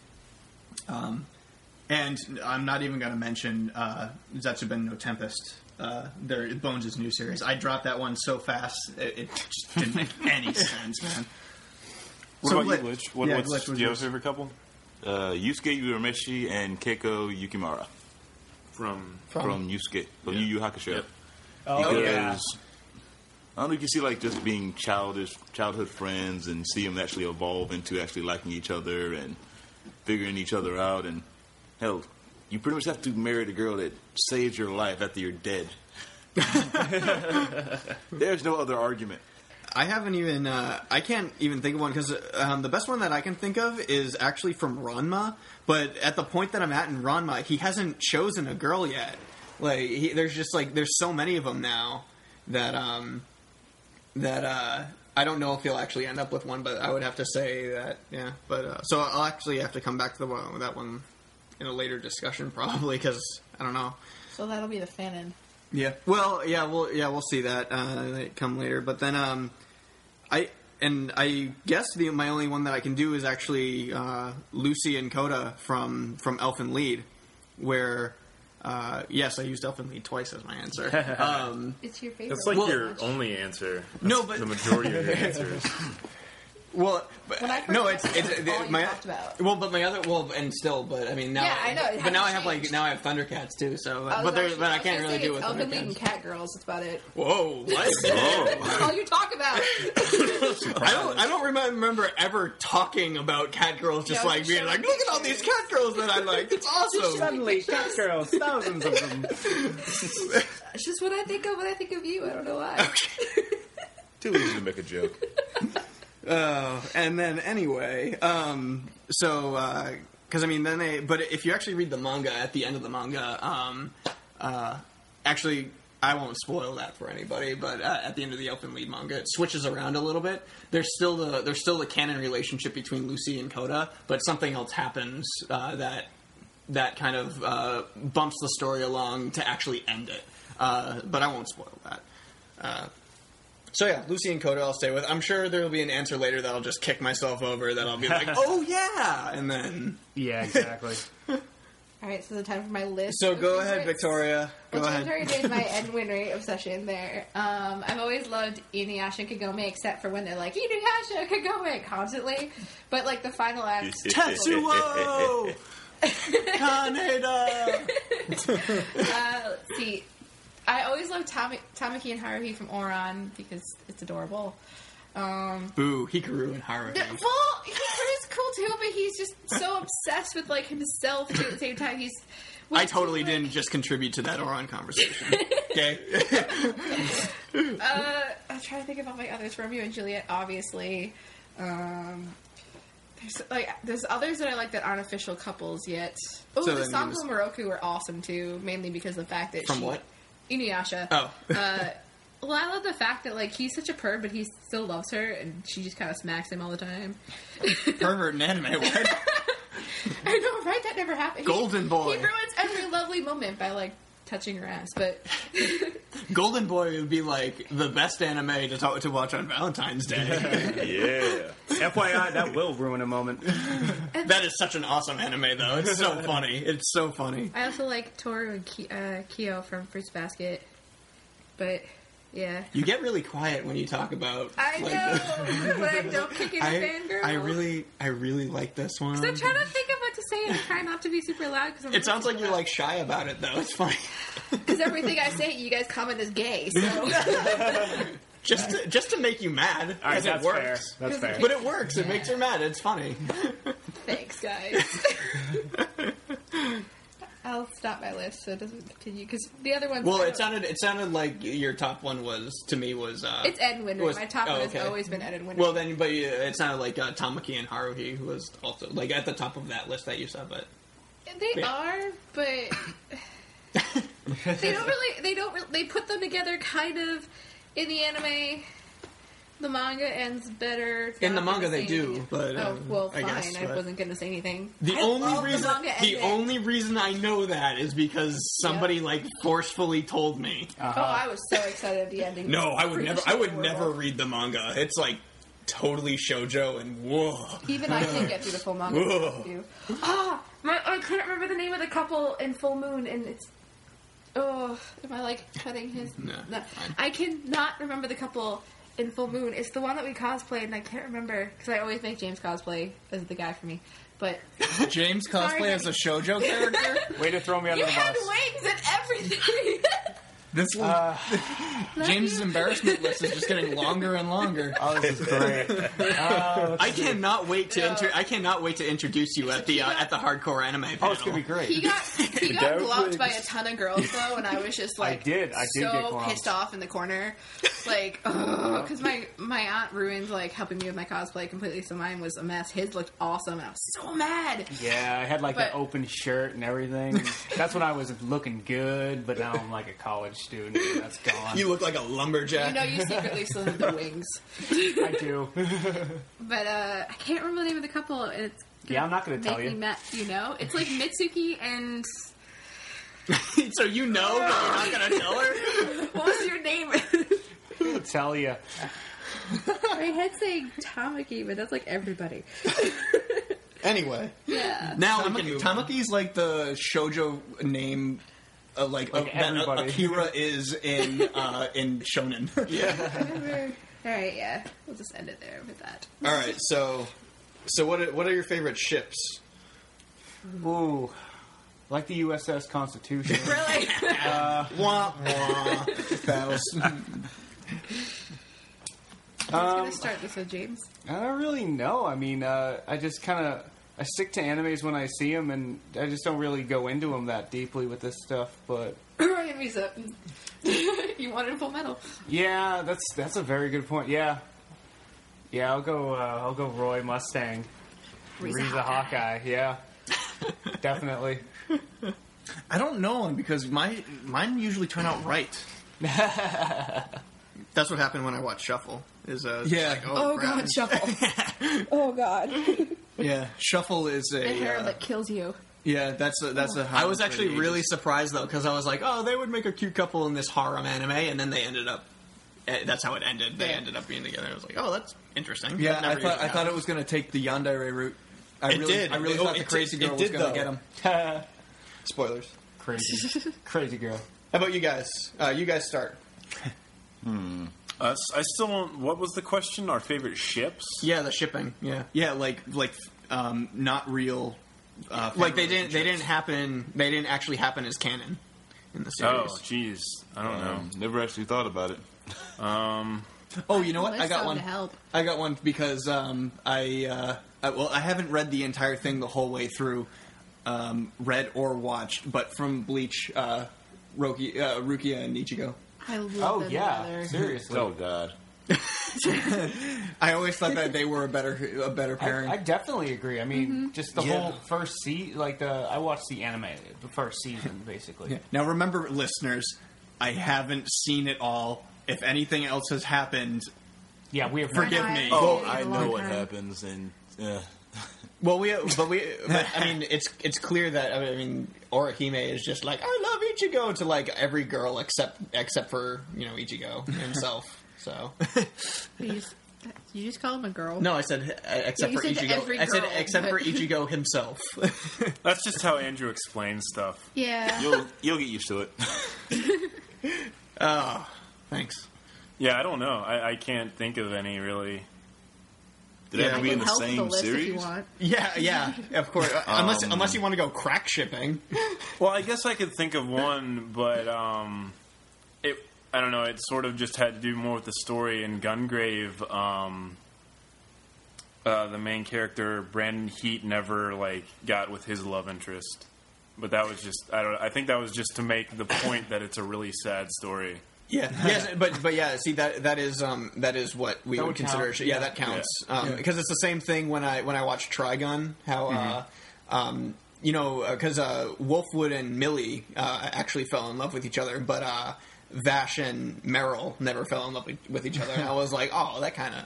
Speaker 10: Um, and I'm not even going to mention uh, Zetsuben no Tempest. Uh, their Bones' new series. I dropped that one so fast it, it just
Speaker 12: <laughs>
Speaker 10: didn't make any sense, man.
Speaker 12: What
Speaker 10: So
Speaker 12: about
Speaker 10: Glitch-
Speaker 12: you, Glitch? What,
Speaker 10: yeah,
Speaker 12: what's
Speaker 10: Glitch was
Speaker 12: your
Speaker 10: yours.
Speaker 5: favorite couple?
Speaker 12: Uh, Yusuke Urameshi and Keiko Yukimura
Speaker 5: from
Speaker 12: from, Yusuke from Yu Yu Hakusho.
Speaker 8: Oh, yeah.
Speaker 12: I don't know. You can see like just being childish, childhood friends, and see them actually evolve into actually liking each other and figuring each other out. And hell, you pretty much have to marry the girl that saves your life after you're dead. <laughs> There's no other argument.
Speaker 6: I haven't even. Uh, I can't even think of one because um, the best one that I can think of is actually from Ranma. But at the point that I'm at in Ranma, he hasn't chosen a girl yet. Like he, there's just like there's so many of them now that um that uh I don't know if he'll actually end up with one. But I would have to say that yeah. But uh, so I'll actually have to come back to the one, that one in a later discussion <laughs> probably because I don't know.
Speaker 7: So that'll be the fanon.
Speaker 6: Yeah. Well, yeah, we'll yeah, we'll see that uh, come later. But then, um, I and I guess the my only one that I can do is actually uh, Lucy and Coda from from Elf and Lead, where uh, yes, I used Elf and Lead twice as my answer. Um,
Speaker 7: It's your favorite.
Speaker 5: That's like
Speaker 6: Well-
Speaker 5: your only answer. That's
Speaker 6: No, but-
Speaker 5: the majority of your answers.
Speaker 6: well, but,
Speaker 7: When I first
Speaker 6: no,
Speaker 7: got
Speaker 6: it's
Speaker 7: it,
Speaker 6: it's
Speaker 7: that's
Speaker 6: the-
Speaker 7: all you
Speaker 6: my
Speaker 7: talked about.
Speaker 6: well, but my other well, and still, but I mean now,
Speaker 7: Yeah, I know,
Speaker 6: but
Speaker 7: it hasn't
Speaker 6: now I have
Speaker 7: changed. Oh,
Speaker 6: like now I have Thundercats too. So,
Speaker 7: I was
Speaker 6: but there,
Speaker 7: actually-
Speaker 6: but I
Speaker 7: was
Speaker 6: can't
Speaker 7: gonna
Speaker 6: really
Speaker 7: say
Speaker 6: do
Speaker 7: it's
Speaker 6: with
Speaker 7: Elfin Lead and
Speaker 6: Thundercats.
Speaker 7: Cat Girls. That's about it.
Speaker 6: Whoa! What? Oh.
Speaker 7: That's all you talk about.
Speaker 6: I don't. I don't remem- remember ever talking about cat girls. Just
Speaker 7: No,
Speaker 6: like
Speaker 7: just
Speaker 6: being
Speaker 7: showing
Speaker 6: like, look at all these cat girls that I <laughs> like. It's awesome.
Speaker 8: Suddenly, cat girls, thousands of them. <laughs>
Speaker 7: It's just what I think of when I think of you. I don't know why.
Speaker 12: Too easy to make a joke.
Speaker 6: Uh, and then anyway, um, so because I mean, then they. But if you actually read the manga, at the end of the manga, um, uh, actually. I won't spoil that for anybody, but uh, at the end of the Elfin Lead manga, it switches around a little bit. There's still the there's still the canon relationship between Lucy and Coda, but something else happens uh, that that kind of uh, bumps the story along to actually end it. Uh, but I won't spoil that. Uh, so yeah, Lucy and Coda, I'll stay with. I'm sure there will be an answer later that I'll just kick myself over. That I'll be like, oh yeah, and then
Speaker 8: Yeah, exactly.
Speaker 7: All right, so the time for my list.
Speaker 6: So
Speaker 7: of
Speaker 6: go ahead,
Speaker 7: favorites.
Speaker 6: Victoria. Go
Speaker 7: Well,
Speaker 6: ahead. <laughs>
Speaker 7: James already did my Ed Winry obsession there. Um, I've always loved Inuyasha and Kagome, except for when they're like Inuyasha Kagome constantly. But like the
Speaker 6: <laughs>
Speaker 7: final act, <laughs>
Speaker 6: Tetsuo! Kaneda!
Speaker 7: uh, let's see, I always love Tami- Tamaki and Haruhi from Oran because it's adorable. Um,
Speaker 6: Boo, Hikaru and Haruhi.
Speaker 7: Yeah, well, he is cool too, but he's just so obsessed with like himself too. At the same time, he's
Speaker 6: I totally didn't just contribute to that Oron
Speaker 7: <laughs>
Speaker 6: conversation. okay?
Speaker 7: uh, I'm trying to think about my others. Romeo and Juliet, obviously. Um, there's like there's others that I like that aren't official couples yet. Oh,
Speaker 6: So
Speaker 7: the
Speaker 6: then
Speaker 7: Sanko
Speaker 6: it was-
Speaker 7: Moroku were awesome too, mainly because of the fact that
Speaker 6: From
Speaker 7: she
Speaker 6: what?
Speaker 7: Inuyasha.
Speaker 6: Oh. <laughs>
Speaker 7: uh, well, I love the fact that like he's such a perv, but he still loves her, and she just kind of smacks him all the time.
Speaker 6: Pervert and anime. What?
Speaker 7: <laughs> I know, right? That never happened. He-
Speaker 6: Golden boy.
Speaker 7: He ruins every lovely moment by like touching her ass, but
Speaker 6: Golden Boy would be like the best anime to, talk, to watch on Valentine's
Speaker 8: <laughs>
Speaker 6: Day.
Speaker 5: yeah.
Speaker 8: FYI, that will ruin
Speaker 7: <laughs>
Speaker 8: a moment.
Speaker 6: that is such an awesome anime, though. It's so funny. It's so funny.
Speaker 7: <laughs> I also like Toru and Ki- uh, Kyo from Fruits Basket. But yeah,
Speaker 6: You get really quiet when you talk about.
Speaker 7: I
Speaker 6: like,
Speaker 7: know, <laughs> but I don't kick
Speaker 6: <laughs>
Speaker 7: any
Speaker 6: I,
Speaker 7: fangirl.
Speaker 6: I really, I really like this one.
Speaker 7: So I'm trying to think of what to say and try not to be super loud because
Speaker 6: It
Speaker 7: <laughs>
Speaker 6: sounds like you're like shy about it though. It's funny. <laughs>
Speaker 7: because everything I say, you guys comment is gay. So
Speaker 6: <laughs>
Speaker 7: <laughs>
Speaker 6: Just to, just to make you mad.
Speaker 8: All right,
Speaker 6: because
Speaker 8: that's
Speaker 6: it
Speaker 8: fair.
Speaker 6: works.
Speaker 8: That's fair.
Speaker 6: But it works. It makes her mad. It's funny. <laughs>
Speaker 7: thanks, guys. I'll stop my list so it doesn't continue because the other ones.
Speaker 6: Well, it
Speaker 7: I don't-
Speaker 6: sounded it sounded like your top one was to me was uh,
Speaker 7: It's Ed Winter.
Speaker 6: was-
Speaker 7: my top
Speaker 6: oh,
Speaker 7: one
Speaker 6: okay.
Speaker 7: has always been Ed and Winter.
Speaker 6: Well, then, but uh, it sounded like uh, Tamaki and Haruhi who was also like at the top of that list that you said. But
Speaker 7: They
Speaker 6: Yeah.
Speaker 7: are, but they don't really. They don't. Re- they put them together kind of in the anime. The manga ends better. It's
Speaker 6: In
Speaker 7: not
Speaker 6: the manga
Speaker 7: gonna
Speaker 6: they
Speaker 7: say
Speaker 6: do,
Speaker 7: anything.
Speaker 6: but,
Speaker 7: oh
Speaker 6: um,
Speaker 7: well,
Speaker 6: I
Speaker 7: fine. I,
Speaker 6: guess, but-
Speaker 7: wasn't going to say anything.
Speaker 6: the
Speaker 7: I love
Speaker 6: only reason
Speaker 7: the, manga
Speaker 6: the
Speaker 7: ending.
Speaker 6: only reason I know that is because somebody like forcefully told me.
Speaker 13: Uh,
Speaker 7: Oh, I was so excited at the ending.
Speaker 6: No, I would
Speaker 7: Freaking
Speaker 6: never. I would
Speaker 7: adorable.
Speaker 6: never read the manga. It's like totally shojo and whoa.
Speaker 7: Even I can't get through the full manga.
Speaker 6: Whoa.
Speaker 7: Do. Ah, my, I couldn't remember the name of the couple in Full Moon, and it's. Oh, am I like cutting his?
Speaker 6: No,
Speaker 7: no.
Speaker 6: fine.
Speaker 7: I cannot remember the couple in Full Moon. It's the one that we cosplayed, and I can't remember because I always make James cosplay as the guy for me. But
Speaker 13: James
Speaker 7: Sorry,
Speaker 13: cosplay
Speaker 7: honey.
Speaker 13: as a shojo character.
Speaker 8: Way to throw me under
Speaker 7: you
Speaker 8: the
Speaker 7: had
Speaker 8: bus.
Speaker 7: wings and everything. <laughs>
Speaker 13: This will,
Speaker 8: Uh,
Speaker 6: <laughs>
Speaker 13: James's embarrassment list is just getting longer and longer.
Speaker 8: <laughs> Oh, this is great.
Speaker 6: Uh, I cannot wait to inter- I cannot wait to introduce you at the uh, at the hardcore anime panel.
Speaker 8: Oh, it's gonna be great.
Speaker 7: he got
Speaker 8: <laughs>
Speaker 7: he got
Speaker 8: That
Speaker 7: blocked
Speaker 8: was-
Speaker 7: by a ton of girls though, and I was just like,
Speaker 8: did. I did
Speaker 7: so
Speaker 8: get glomped.
Speaker 7: pissed off in the corner, like, <laughs> because my my aunt ruined like helping me with my cosplay completely, so mine was a mess. His looked awesome, and I was so mad.
Speaker 8: Yeah, I had like that
Speaker 7: But-
Speaker 8: open shirt
Speaker 7: <laughs>
Speaker 8: and everything. That's when I was looking good, but now I'm like a college student. and That's gone.
Speaker 6: You look like a lumberjack. <laughs>
Speaker 7: You know, you
Speaker 8: <laughs>
Speaker 7: secretly still have the wings,
Speaker 8: I do. <laughs>
Speaker 7: but uh, I can't remember the name of the couple. and It's
Speaker 8: Yeah, I'm not gonna
Speaker 7: make
Speaker 8: tell
Speaker 7: me
Speaker 8: you.
Speaker 7: mad. You know, it's like Mitsuki and <laughs>
Speaker 6: so you know, but you're not gonna tell
Speaker 8: <laughs>
Speaker 6: her.
Speaker 7: what was your <laughs> name?
Speaker 8: Tell you.
Speaker 7: my head's saying Tamaki, but that's like everybody.
Speaker 6: Anyway,
Speaker 7: Yeah.
Speaker 6: now we can
Speaker 13: Tamaki,
Speaker 6: move
Speaker 13: Tamaki's like the shojo name.
Speaker 6: on. Uh, like, uh,
Speaker 8: Like
Speaker 6: that, uh,
Speaker 8: everybody.
Speaker 6: Akira is in uh, in
Speaker 8: <laughs>
Speaker 6: Shonen.
Speaker 7: All right, yeah. We'll just end it there with that.
Speaker 6: All right, so so what are, what are your favorite ships?
Speaker 8: Ooh, like the USS Constitution.
Speaker 7: <laughs> Really?
Speaker 4: Uh,
Speaker 6: Wah wah. Battles.
Speaker 7: I'm gonna start this with James. <laughs>
Speaker 8: I don't really know. I mean, uh, I just kind of I stick to animes when I see them, and I just don't really go into them that deeply with this stuff. But
Speaker 7: Ryan Reese up. <laughs> you wanted Full Metal.
Speaker 8: yeah, that's that's a very good point. Yeah, yeah, I'll go. Uh, I'll go Roy Mustang, Reza Hawkeye. Yeah, definitely.
Speaker 13: I don't know him because my mine usually turn out right.
Speaker 6: That's what happened when I watched Shuffle. Is uh,
Speaker 13: Yeah.
Speaker 6: like, oh,
Speaker 7: Oh
Speaker 6: crap.
Speaker 7: God, Shuffle. oh God.
Speaker 13: Yeah, shuffle is
Speaker 7: The
Speaker 13: a
Speaker 7: hair
Speaker 13: uh,
Speaker 7: that kills you.
Speaker 13: yeah. That's a,
Speaker 3: Oh.
Speaker 13: that's a.
Speaker 6: I was actually really surprised though because I was like, oh, they would make a cute couple in this harem anime, and then they ended up. eh, That's how it ended. They ended up being together. I was like, oh, that's interesting.
Speaker 13: Yeah,
Speaker 6: That never
Speaker 13: I thought
Speaker 6: usually
Speaker 13: I thought it
Speaker 6: happens.
Speaker 13: was going to take the yandere route. I
Speaker 6: It
Speaker 13: really,
Speaker 6: did. Oh,
Speaker 13: I really
Speaker 6: It-
Speaker 13: thought the
Speaker 6: it-
Speaker 13: crazy
Speaker 6: it
Speaker 13: girl was
Speaker 6: did,
Speaker 13: going
Speaker 6: <laughs> though.
Speaker 13: to get him.
Speaker 3: Spoilers.
Speaker 6: <laughs>
Speaker 8: Crazy. Crazy girl.
Speaker 3: How about you guys? Uh, you guys start.
Speaker 5: Hmm. Uh, s- I still want. What was the question? Our favorite ships?
Speaker 3: Yeah, the shipping. Yeah, yeah, like like um, not real. Uh,
Speaker 6: Like they
Speaker 3: favorite
Speaker 6: didn't they
Speaker 3: ships.
Speaker 6: didn't happen they didn't actually happen as canon in the
Speaker 5: Oh,
Speaker 6: series.
Speaker 5: jeez. I don't
Speaker 4: Um, Never actually thought about it.
Speaker 5: Um,
Speaker 3: Oh, you know what?
Speaker 14: List
Speaker 3: I got
Speaker 14: on
Speaker 3: one.
Speaker 14: to help.
Speaker 3: I got one because um, I, uh, I well, I haven't read the entire thing the whole way through, um, read or watched, but from Bleach, uh, Roki, uh, Rukia and Ichigo.
Speaker 7: I love
Speaker 8: Oh,
Speaker 7: them
Speaker 8: yeah.
Speaker 7: together.
Speaker 3: <laughs>
Speaker 8: Seriously.
Speaker 4: Oh God.
Speaker 3: I always thought that they were a better a better pairing.
Speaker 8: <laughs> I, I definitely agree. I mean, just the
Speaker 3: Yeah.
Speaker 8: whole first season, like the I watched the anime, the first season, basically.
Speaker 3: Yeah. Now remember, listeners, I haven't seen it all. If anything else has happened,
Speaker 8: Yeah, we have
Speaker 3: forgive me.
Speaker 4: Oh,
Speaker 7: Yeah,
Speaker 4: I
Speaker 7: the
Speaker 4: know
Speaker 7: long
Speaker 4: what
Speaker 7: time.
Speaker 4: happens, and uh,
Speaker 3: Well, we but we
Speaker 6: but, I <laughs> mean, it's it's clear that I mean, Orihime is just like I love Ichigo to like every girl except except for you know Ichigo himself. so
Speaker 7: You just, uh, you just call him a
Speaker 6: <laughs>
Speaker 7: girl.
Speaker 6: no, I said uh, except
Speaker 7: you
Speaker 6: for
Speaker 7: said
Speaker 6: Ichigo.
Speaker 7: every
Speaker 6: I said
Speaker 7: girl,
Speaker 6: except for
Speaker 7: but-
Speaker 6: Ichigo
Speaker 7: <laughs>
Speaker 6: himself.
Speaker 5: that's just how Andrew explains stuff.
Speaker 7: Yeah.
Speaker 4: you'll you'll get used to
Speaker 12: <laughs>
Speaker 4: it.
Speaker 6: Thanks.
Speaker 5: Yeah, I don't know. I, I can't think of any really.
Speaker 4: Did that have to be in the
Speaker 14: help with the
Speaker 4: same
Speaker 14: list if you
Speaker 4: series?
Speaker 12: <laughs>
Speaker 14: want.
Speaker 6: Yeah, yeah, of course. Uh, unless unless you want to go crack shipping.
Speaker 5: Well, I guess I could think of one, but um, it I don't know. It sort of just had to do more with the story. In Gungrave, um, uh, the main character Brandon Heat never like got with his love interest, but that was just I don't. I think that was just to make the point that it's a really sad story.
Speaker 6: <laughs> Yeah, yes, but but yeah, see that that is um that is what we
Speaker 8: That
Speaker 6: would
Speaker 8: would
Speaker 6: consider.
Speaker 8: count.
Speaker 6: a sh- Yeah,
Speaker 8: Yeah.
Speaker 6: that counts Um, because it's the same thing when I when I watch Trigun, how
Speaker 3: Mm-hmm.
Speaker 6: uh, um you know because uh, Wolfwood and Millie uh, actually fell in love with each other, but uh, Vash and Merrill never fell in love with- with each other. And I was like, oh, that kind of,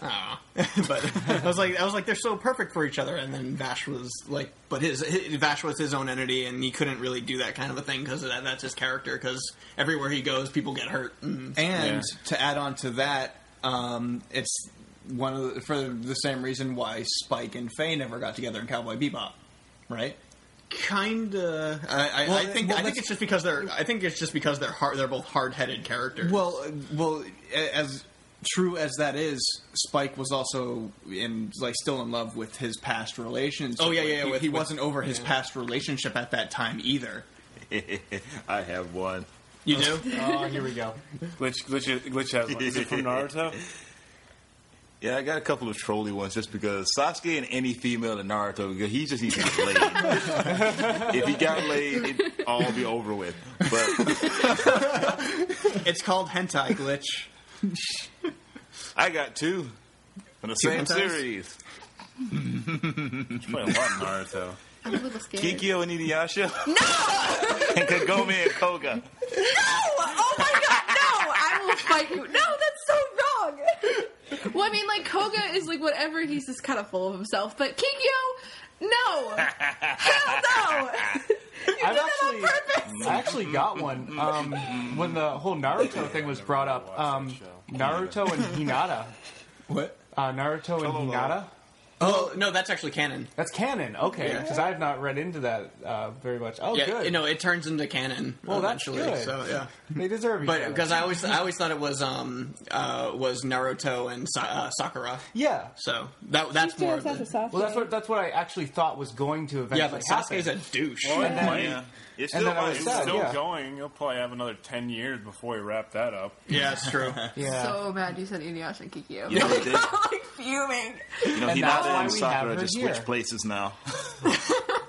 Speaker 6: <laughs> but I was like, I was like, they're so perfect for each other. And then Vash was like, but his, his Vash was his own entity, and he couldn't really do that kind of a thing because that, that's his character. Because everywhere he goes, people get hurt. And
Speaker 3: And
Speaker 5: Yeah.
Speaker 3: to add on to that, um, it's one of the, for the same reason why Spike and Faye never got together in Cowboy Bebop, right?
Speaker 6: kind of. I, I,
Speaker 3: Well, well,
Speaker 6: I think I think
Speaker 3: that's-
Speaker 6: it's just because they're. I think it's just because they're hard. They're both hard-headed characters.
Speaker 3: Well, uh, well, a- as true as that is, Spike was also in like still in love with his past relationship.
Speaker 6: Oh, yeah, yeah, yeah,
Speaker 3: He,
Speaker 6: with-
Speaker 3: he
Speaker 6: with-
Speaker 3: wasn't over his past relationship at that time either.
Speaker 4: I have one.
Speaker 3: <laughs>
Speaker 6: you do.
Speaker 8: Oh, here we go.
Speaker 5: Glitch, glitch, glitch has one. Is it from Naruto?
Speaker 4: Yeah, I got a couple of trolley ones just because Sasuke and any female in Naruto, because he just needs to get laid. if he got laid, it'd all be over with. But
Speaker 6: It's called hentai glitch.
Speaker 4: I got two from the same
Speaker 6: hentais?
Speaker 4: series
Speaker 5: You play a lot in Naruto.
Speaker 7: I'm a little scared.
Speaker 4: Kikyo and Inuyasha. No! <laughs> and Kagome and Koga.
Speaker 14: Oh my god, no! I will fight you. No, that's so wrong.
Speaker 7: Well, I mean, like Koga is like whatever. He's just kind of full of himself. But Kikyo, no, hell no.
Speaker 8: I've actually, I actually got one um, when the whole Naruto thing was brought up. Um, Naruto and Hinata.
Speaker 3: What?
Speaker 8: Uh, Naruto and Hinata.
Speaker 6: Oh no, that's actually canon.
Speaker 8: That's canon. Okay, because I have not read into that uh, very much. Oh,
Speaker 6: Yeah,
Speaker 8: good.
Speaker 6: no, it turns into canon.
Speaker 8: Well, that's
Speaker 6: eventually,
Speaker 8: good.
Speaker 6: So yeah,
Speaker 8: they deserve each
Speaker 6: but
Speaker 8: other.
Speaker 6: because I always I always thought it was um uh was Naruto and Sa- uh, Sakura.
Speaker 8: yeah.
Speaker 6: So that that's more. Of the,
Speaker 8: Well, that's what that's what I actually thought was going to eventually
Speaker 6: yeah, but Sasuke's a
Speaker 8: happen.
Speaker 6: douche.
Speaker 5: And then-
Speaker 4: Yeah. It's
Speaker 8: And
Speaker 4: still
Speaker 8: then I was
Speaker 4: fine.
Speaker 5: <laughs> It's
Speaker 8: sad,
Speaker 5: still
Speaker 8: yeah.
Speaker 5: going. You'll probably have another ten years before we wrap that up.
Speaker 6: yeah, it's true.
Speaker 8: yeah.
Speaker 7: So mad you said Inuyasha and Kikyo.
Speaker 4: You
Speaker 14: <laughs>
Speaker 4: know, they-
Speaker 7: like fuming.
Speaker 4: You know,
Speaker 8: And that's
Speaker 4: Hinata
Speaker 8: why
Speaker 4: and
Speaker 8: we have
Speaker 4: Sakura
Speaker 8: her
Speaker 4: just
Speaker 8: here.
Speaker 4: switch places
Speaker 8: <laughs>
Speaker 4: now.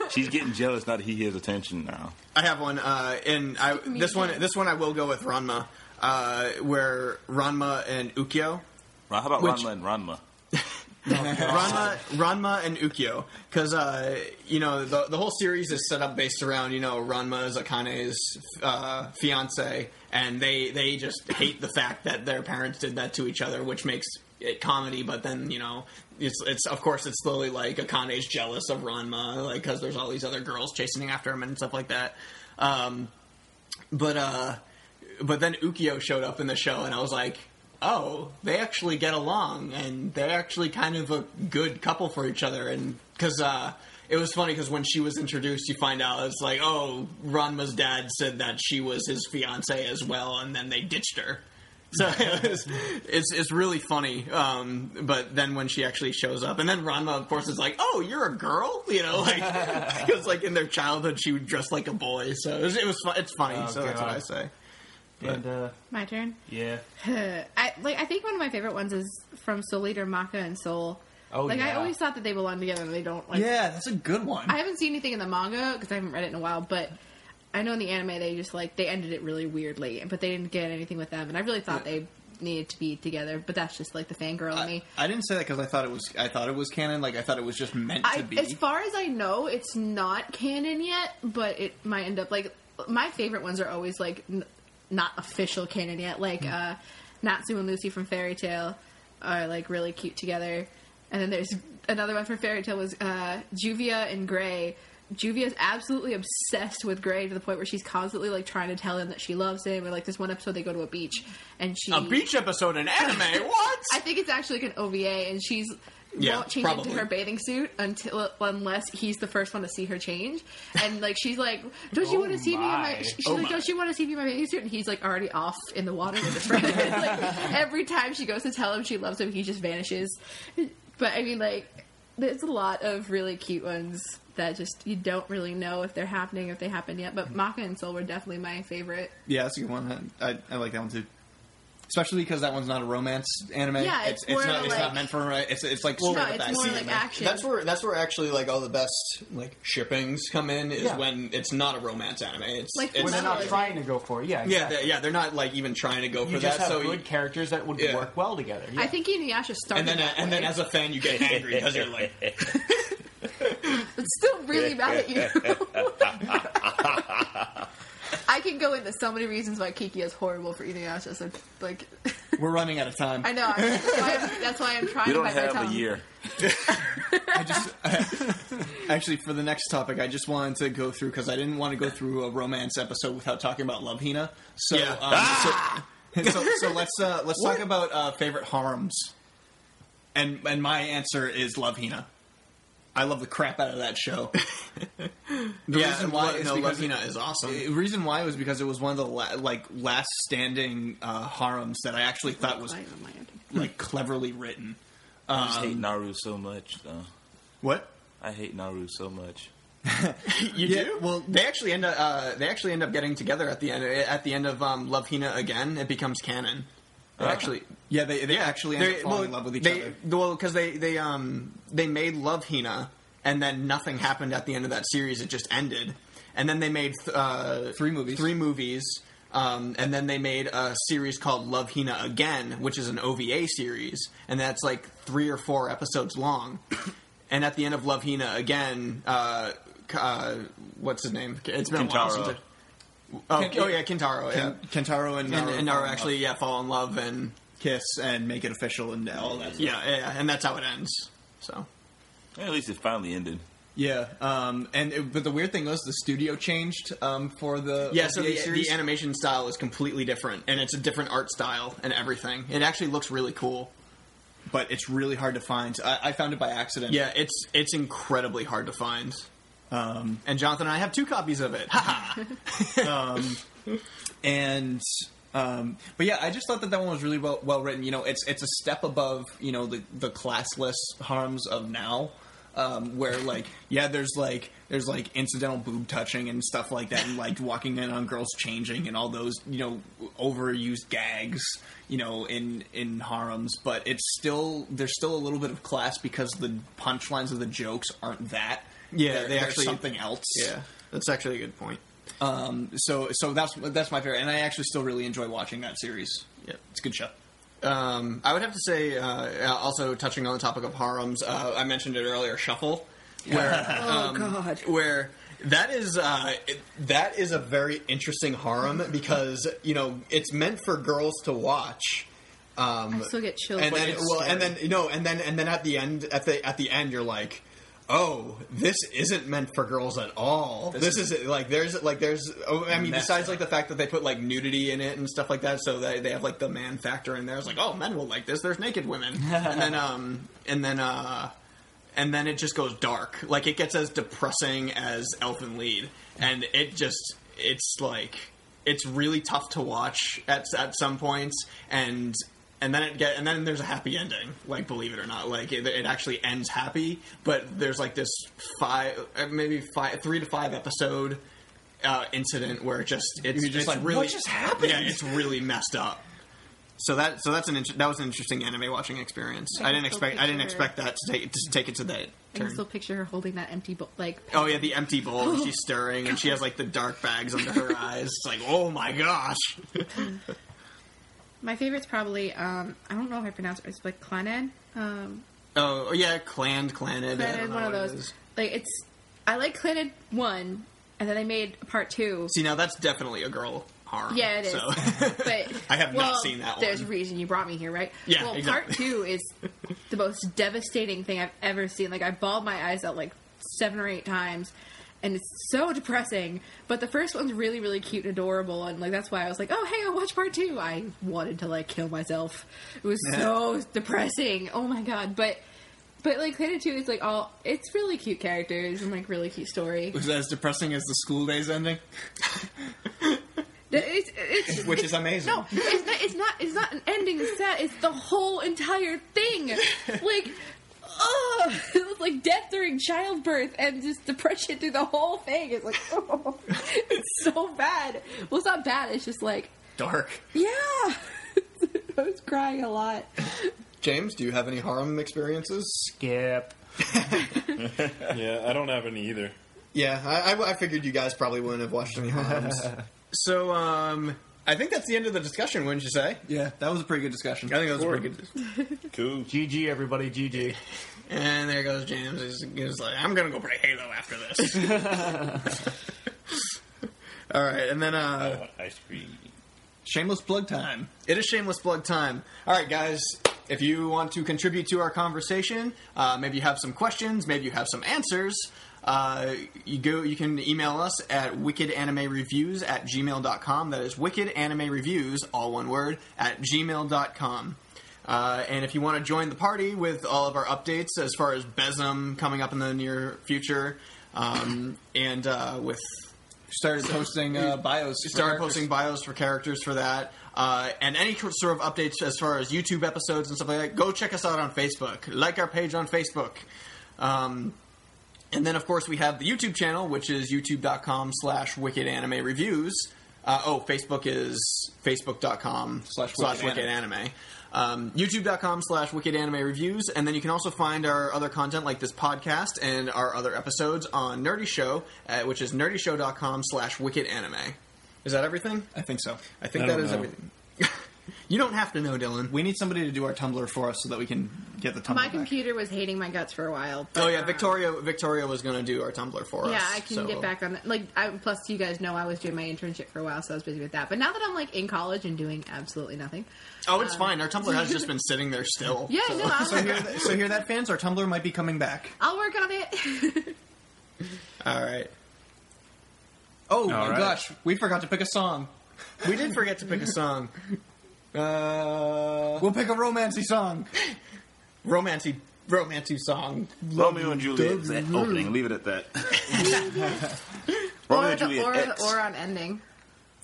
Speaker 4: She's getting jealous now that he has attention now.
Speaker 6: I have one, uh, and I, this one this one I will go with Ranma, uh, where Ranma and Ukyo.
Speaker 4: Ron- How about
Speaker 6: Which-
Speaker 4: Ranma and Ranma?
Speaker 6: <laughs> Ranma, Ranma and Ukyo, because uh, you know the the whole series is set up based around you know Ranma is Akane's uh, fiance, and they they just hate the fact that their parents did that to each other, which makes it comedy. But then you know it's it's of course it's slowly like Akane's jealous of Ranma, like because there's all these other girls chasing after him and stuff like that. Um, but uh, but then Ukyo showed up in the show, and I was like, oh, they actually get along, and they're actually kind of a good couple for each other, and because uh, it was funny because when she was introduced, you find out it's like, oh, Ranma's dad said that she was his fiance as well, and then they ditched her. <laughs> So it was, it's it's really funny. Um, but then when she actually shows up, and then Ranma, of course, is like, "Oh, you're a girl," you know, like <laughs> because like in their childhood she would dress like a boy. So it was, it was fu- it's funny.
Speaker 8: Oh,
Speaker 6: so that's what
Speaker 8: God.
Speaker 6: I say.
Speaker 8: And uh,
Speaker 7: My turn.
Speaker 8: yeah,
Speaker 7: I like. I think one of my favorite ones is from Soul Leader Maka and Soul.
Speaker 8: Oh,
Speaker 7: like I
Speaker 8: yeah.
Speaker 7: always thought that they belong together and they don't. Like,
Speaker 6: yeah, that's a good one.
Speaker 7: I haven't seen anything in the manga because I haven't read it in a while, but I know in the anime they just like they ended it really weirdly, but they didn't get anything with them, and I really thought they needed to be together, but that's just like the fangirl in me.
Speaker 15: I didn't say that because I thought it was. I thought it was canon. Like I thought it was just meant to
Speaker 7: I,
Speaker 15: be.
Speaker 7: as far as I know, it's not canon yet, but it might end up like my favorite ones are always like n- not official canon yet,
Speaker 15: Hmm.
Speaker 7: like uh, Natsu and Lucy from Fairy Tale are like really cute together, and then there's another one from Fairy Tale was uh, Juvia and Gray. Juvia's absolutely obsessed with Gray to the point where she's constantly like trying to tell him that she loves him. Or like this one episode, they go to a beach and she
Speaker 6: a beach episode in
Speaker 7: <laughs>
Speaker 6: anime. what?
Speaker 7: I think it's actually like an OVA, and she's
Speaker 6: Yeah,
Speaker 7: won't change
Speaker 6: probably.
Speaker 7: into her bathing suit until unless he's the first one to see her change. And like she's like, "Don't you
Speaker 8: Oh
Speaker 7: want to see me in
Speaker 8: my.
Speaker 7: my?" She's
Speaker 8: Oh
Speaker 7: like,
Speaker 8: my.
Speaker 7: "Don't you want to see me in my bathing suit?" And he's like already off in the water with a friend. <laughs> It's like every time she goes to tell him she loves him, he just vanishes. But I mean, like, there's a lot of really cute ones that just you don't really know if they're happening if they happen yet. But Maka and Soul were definitely my favorite.
Speaker 15: yeah, that's a good one. I, I, I like that one too. Especially because that one's not a romance anime.
Speaker 7: Yeah, it's
Speaker 15: it's,
Speaker 7: more
Speaker 15: not.
Speaker 7: of
Speaker 15: It's
Speaker 7: like-
Speaker 15: not meant for. a- It's it's like
Speaker 7: No,
Speaker 15: straight up
Speaker 7: it's
Speaker 15: action.
Speaker 7: more like action.
Speaker 6: That's where that's where actually like all the best like shippings come in is
Speaker 15: Yeah.
Speaker 6: when it's not a romance anime. It's
Speaker 7: Like
Speaker 6: it's
Speaker 8: when they're not
Speaker 7: Exactly.
Speaker 8: trying to go for it. Yeah,
Speaker 6: yeah
Speaker 8: exactly.
Speaker 6: they're, yeah they're not like even trying to go
Speaker 8: you
Speaker 6: for
Speaker 8: just
Speaker 6: that.
Speaker 8: have
Speaker 6: so
Speaker 8: good
Speaker 6: you-
Speaker 8: characters that would
Speaker 6: Yeah.
Speaker 8: work well together. Yeah.
Speaker 7: I think Inuyasha started
Speaker 6: and then uh,
Speaker 7: that
Speaker 6: and then
Speaker 7: way.
Speaker 6: as a fan you get angry because you're like
Speaker 7: It's still really mad at <laughs> you. I can go into so many reasons why Kiki is horrible for Inuyasha. So, like,
Speaker 15: <laughs> We're running out of time.
Speaker 7: I know I'm, that's, why I'm, that's why I'm trying.
Speaker 16: We
Speaker 7: to
Speaker 16: don't
Speaker 7: bite my
Speaker 16: have a
Speaker 7: tongue.
Speaker 16: year.
Speaker 15: Actually, for the next topic, I just wanted to go through because I didn't want to go through a romance episode without talking about Love Hina. So,
Speaker 6: Yeah. Ah!
Speaker 15: um, so, <laughs> so, so let's uh, let's talk about uh, favorite harems. And and my answer is Love Hina. I love the crap out of that show.
Speaker 6: <laughs>
Speaker 15: The
Speaker 6: yeah
Speaker 15: reason why is
Speaker 6: no
Speaker 15: because
Speaker 6: Latina is awesome.
Speaker 15: The reason why was because it was one of the la- like last standing uh, harems that I actually thought was
Speaker 7: Right on my end.
Speaker 15: like cleverly written.
Speaker 4: I just
Speaker 6: Um,
Speaker 4: hate Naru so much, though.
Speaker 15: What?
Speaker 4: I hate Naru so much.
Speaker 6: You do? Well, they actually end up uh, they actually end up getting together at the end at the end of um, Love Hina again. It becomes canon. They actually,
Speaker 15: Yeah, they they actually ended up falling in love with each
Speaker 6: they,
Speaker 15: other.
Speaker 6: Well, because they they um they made Love Hina, and then nothing happened at the end of that series. It just ended, and then they made th- uh,
Speaker 15: Three movies.
Speaker 6: three movies. Um, and then they made a series called Love Hina Again, which is an OVA series, and that's like three or four episodes long. and at the end of Love Hina Again, uh, K- uh, what's his name? It's been a while
Speaker 4: Kintaro.
Speaker 6: since. I- Oh,
Speaker 15: Kin-
Speaker 6: oh yeah, Kintaro. Yeah,
Speaker 15: Ken- Kentaro and
Speaker 6: and,
Speaker 15: Naru,
Speaker 6: and
Speaker 15: fall
Speaker 6: are
Speaker 15: in
Speaker 6: actually
Speaker 15: love.
Speaker 6: yeah fall in love and
Speaker 15: kiss and make it official and all that. stuff.
Speaker 6: yeah, yeah, and that's how it ends. So
Speaker 4: At least it finally ended.
Speaker 15: yeah. Um, and it, but the weird thing was the studio changed um, for the
Speaker 6: yeah, so
Speaker 15: OVA
Speaker 6: the,
Speaker 15: series.
Speaker 6: the animation style is completely different, and it's a different art style and everything. It actually looks really cool.
Speaker 15: but it's really hard to find. I, I found it by accident.
Speaker 6: Yeah, it's it's incredibly hard to find. Um, and Jonathan and I have two copies of it. Ha ha.
Speaker 15: <laughs> um, and um, but yeah, I just thought that that one was really well well written. You know, it's it's a step above you know the the classless harms of now. Um, where like yeah, there's like there's like incidental boob touching and stuff like that, and like walking in on girls changing and all those you know overused gags, you know in in harems. But it's still there's still a little bit of class because the punchlines of the jokes aren't that.
Speaker 6: Yeah,
Speaker 15: They're-
Speaker 6: they
Speaker 15: they're
Speaker 6: actually-
Speaker 15: something else.
Speaker 6: yeah, that's actually a good point.
Speaker 15: Um, so so that's that's my favorite, and I actually still really enjoy watching that series.
Speaker 6: Yep.
Speaker 15: it's a good show.
Speaker 6: Um, I would have to say, uh, also touching on the topic of harems, uh, I mentioned it earlier,
Speaker 15: <laughs>
Speaker 6: shuffle. Where, um,
Speaker 7: God.
Speaker 6: Where that is uh, it- that is a very interesting harem because you know it's meant for girls to watch. Um,
Speaker 7: I still get chills.
Speaker 6: and then
Speaker 7: It's
Speaker 6: well,
Speaker 7: scary.
Speaker 6: and then you know, and then and then at the end, at the at the end, you're like. Oh, this isn't meant for girls at all. This, is, like there's like there's. Oh, I mean,
Speaker 15: Messed
Speaker 6: besides
Speaker 15: up.
Speaker 6: like the fact that they put like nudity in it and stuff like that, so they, they have like the man factor in there. It's like, oh, men will like this. There's naked women, and then um, and then uh, and then it just goes dark. Like it gets as depressing as Elfin Lead, and it just it's like it's really tough to watch at at some points, and and then it get and then there's a happy ending. Like believe it or not, like it, it actually ends happy, but there's like this five uh, maybe five three to five episode. Uh, incident where it just it's
Speaker 17: You're just
Speaker 6: it's
Speaker 17: like,
Speaker 6: really
Speaker 17: "What just happened?"
Speaker 6: Yeah, it's really messed up. So that so that's an inter- that was an interesting anime watching experience.
Speaker 7: I
Speaker 6: I, didn't
Speaker 7: can still
Speaker 6: expect I didn't
Speaker 7: picture-
Speaker 6: expect that to take to take it to that
Speaker 7: I can
Speaker 6: turn.
Speaker 7: still picture her holding that empty, bo- like,
Speaker 6: Oh yeah, the empty bowl. and she's stirring, and she has like the dark bags under
Speaker 7: <laughs>
Speaker 6: her eyes. It's like, oh my gosh.
Speaker 7: my favorite's probably, um, I don't know if I pronounce it, it's like Clannad. Um,
Speaker 6: Oh yeah, claned, claned. I
Speaker 7: Clannad,
Speaker 6: don't know
Speaker 7: one of
Speaker 6: what it
Speaker 7: those.
Speaker 6: is.
Speaker 7: Like, it's, I like Clannad 1, and then I made part 2.
Speaker 6: See, now that's definitely a girl harm.
Speaker 7: Yeah, it is. <laughs>
Speaker 6: So.
Speaker 7: but
Speaker 6: <laughs> I have not
Speaker 7: well,
Speaker 6: seen that one.
Speaker 7: There's a reason you brought me here, right?
Speaker 6: Yeah,
Speaker 7: Well,
Speaker 6: exactly.
Speaker 7: part two
Speaker 6: <laughs>
Speaker 7: is the most devastating thing I've ever seen. Like I bawled my eyes out like seven or eight times, and it's so depressing. But the first one's really, really cute and adorable, and like that's why I was like, oh hey, I'll watch part two. I wanted to like kill myself. It was so depressing. Oh my god, but. But like Planet Two is like all it's really cute characters and like really cute story.
Speaker 6: was that as depressing as the school days ending?
Speaker 7: Th- It's,
Speaker 6: <laughs>
Speaker 7: it's,
Speaker 6: Which is amazing.
Speaker 7: No, it's not. It's not. It's not an ending. It's sad. It's the whole entire
Speaker 6: <laughs>
Speaker 7: thing. Like, ugh, <laughs> it was like death during childbirth and just depression through the whole thing. It's
Speaker 6: <laughs>
Speaker 7: like, <laughs> oh, it's so bad. Well, it's not bad. It's just like,
Speaker 6: Dark.
Speaker 7: yeah, <laughs> I was crying a lot.
Speaker 6: James, do you have any harm experiences?
Speaker 8: Skip.
Speaker 5: yeah, I don't have any either.
Speaker 6: Yeah, I, I, I figured you guys probably wouldn't have watched any harms. <laughs> so, um, I think that's the end of the discussion. Wouldn't you say? Yeah, that was a pretty good discussion. I think that was a pretty good.
Speaker 4: Cool.
Speaker 8: GG, everybody. GG.
Speaker 6: And there goes James. He's, he's like, I'm gonna go play Halo after this. <laughs> All right, and then uh,
Speaker 4: ice cream.
Speaker 6: Shameless plug time. It is shameless plug time. All right, guys. If you want to contribute to our conversation, uh, maybe you have some questions, maybe you have some answers. Uh, you go. You can email us at wickedanimereviews at gmail.com. That is wicked anime reviews, all one word, at gmail.com. Uh, and if you want to join the party with all of our updates as far as Besm coming up in the near future, um, and uh, with started
Speaker 17: posting, uh, bios for
Speaker 6: started
Speaker 17: characters.
Speaker 6: posting bios for characters for that, uh, and any cor- sort of updates as far as YouTube episodes and stuff like that. Go check us out on Facebook. Like our page on Facebook. Um, and then, of course, we have the YouTube channel, which is youtube.com slash wicked anime reviews. Uh, oh, Facebook is facebook.com slash
Speaker 17: Wicked
Speaker 6: wicked anime. Um, youtube.com slash wicked anime reviews. And then you can also find our other content like this podcast and our other episodes on Nerdy Show, uh, which is nerdyshow.com slash wicked anime. Is that everything? I think so. I think
Speaker 17: I
Speaker 6: that
Speaker 17: don't
Speaker 6: is
Speaker 17: know.
Speaker 6: everything. <laughs> you don't have to know, Dylan. We need somebody to do our Tumblr for us so that we can get the Tumblr.
Speaker 7: My computer was hating my guts for a while. uh,
Speaker 6: Oh yeah, Victoria. Victoria was going to do our Tumblr for us.
Speaker 7: yeah, I can
Speaker 6: so-
Speaker 7: get back on that. Like, I, plus, you guys know I was doing my internship for a while, so I was busy with that. But now that I'm like in college and doing absolutely nothing,
Speaker 6: Oh, it's fine. Our Tumblr has
Speaker 7: <laughs>
Speaker 6: just been sitting there still.
Speaker 7: Yeah,
Speaker 6: so.
Speaker 7: no, <laughs> I- So hear that- so hear
Speaker 6: that, fans. Our Tumblr might be coming back.
Speaker 7: I'll work on it.
Speaker 6: All right. Oh my
Speaker 17: right.
Speaker 6: gosh, we forgot to pick a song. We did forget to pick a song. <laughs> Uh, we'll pick a romancy song. romancy, romancy song.
Speaker 4: Romeo and Juliet is that opening. Leave it at that. <laughs> Romeo
Speaker 6: <laughs>
Speaker 7: or,
Speaker 4: and
Speaker 7: the,
Speaker 4: Juliet
Speaker 7: or,
Speaker 4: X.
Speaker 7: or on ending.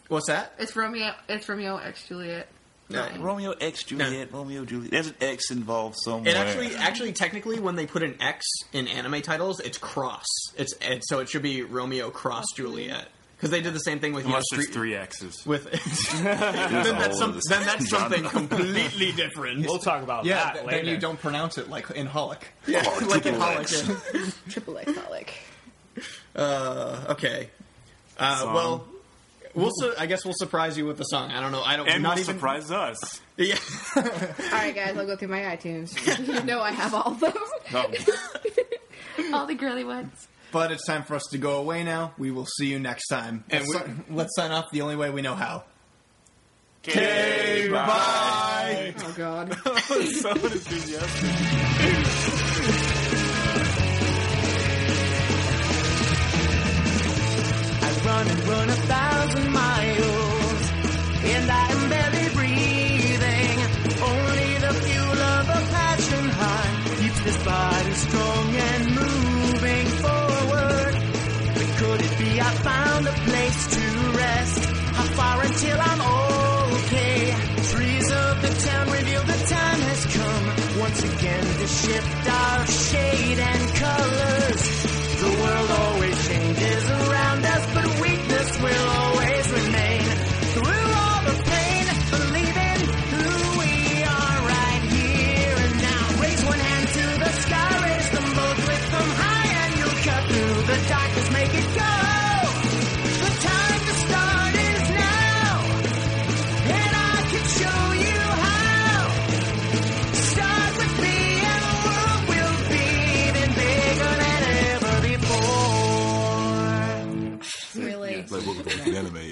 Speaker 6: What's that?
Speaker 7: It's Romeo. It's Romeo X Juliet.
Speaker 4: No, Romeo X Juliet. Romeo Juliet. There's an X involved somewhere.
Speaker 6: It actually, uh, actually, technically, when they put an X in anime titles, it's cross. It's and so it should be Romeo cross Juliet because they did the same thing with you know,
Speaker 5: Unless there's
Speaker 6: Street-
Speaker 5: three X's. <laughs>
Speaker 6: with <laughs> then,
Speaker 5: all
Speaker 6: that's some-
Speaker 5: of this
Speaker 6: then
Speaker 4: <laughs>
Speaker 6: that's
Speaker 5: genre. <laughs>
Speaker 6: something completely different.
Speaker 5: We'll talk about
Speaker 17: Yeah, that th- then later. you
Speaker 6: don't pronounce it like in Holic.
Speaker 4: Oh,
Speaker 6: like in
Speaker 4: triple
Speaker 6: Holic.
Speaker 4: X.
Speaker 6: yeah.
Speaker 7: Triple X Holic.
Speaker 6: Uh, okay. Uh,
Speaker 5: Song.
Speaker 6: well, we'll. Su- I guess we'll surprise you with the song. I don't know. I don't.
Speaker 5: And
Speaker 6: not
Speaker 5: will
Speaker 6: even.
Speaker 5: surprise us.
Speaker 6: <laughs> Yeah.
Speaker 7: All right, guys, I'll go through my iTunes. <laughs> you know I have all of them. all the girly ones.
Speaker 17: But it's time for us to go away now. We will see you next time.
Speaker 6: And
Speaker 17: let's, si-
Speaker 6: we-
Speaker 17: let's sign off the only way we know how.
Speaker 4: Okay, bye.
Speaker 7: Oh God.
Speaker 5: so enthusiastic.
Speaker 18: I run and run a thousand miles, and I am barely breathing. Only the fuel of a passion high keeps this body strong and
Speaker 5: shift our shade and colors. The world always changes around us, but weakness will always remain. Through all the pain, believing who we are right here and now. Raise one hand to the sky, raise them both, lift them high, and you'll cut through the darkness, make it go. The time to start is now, and I can show you how. Start with me and the world will be then bigger than ever before.
Speaker 7: Really?
Speaker 4: Like welcome back to the anime and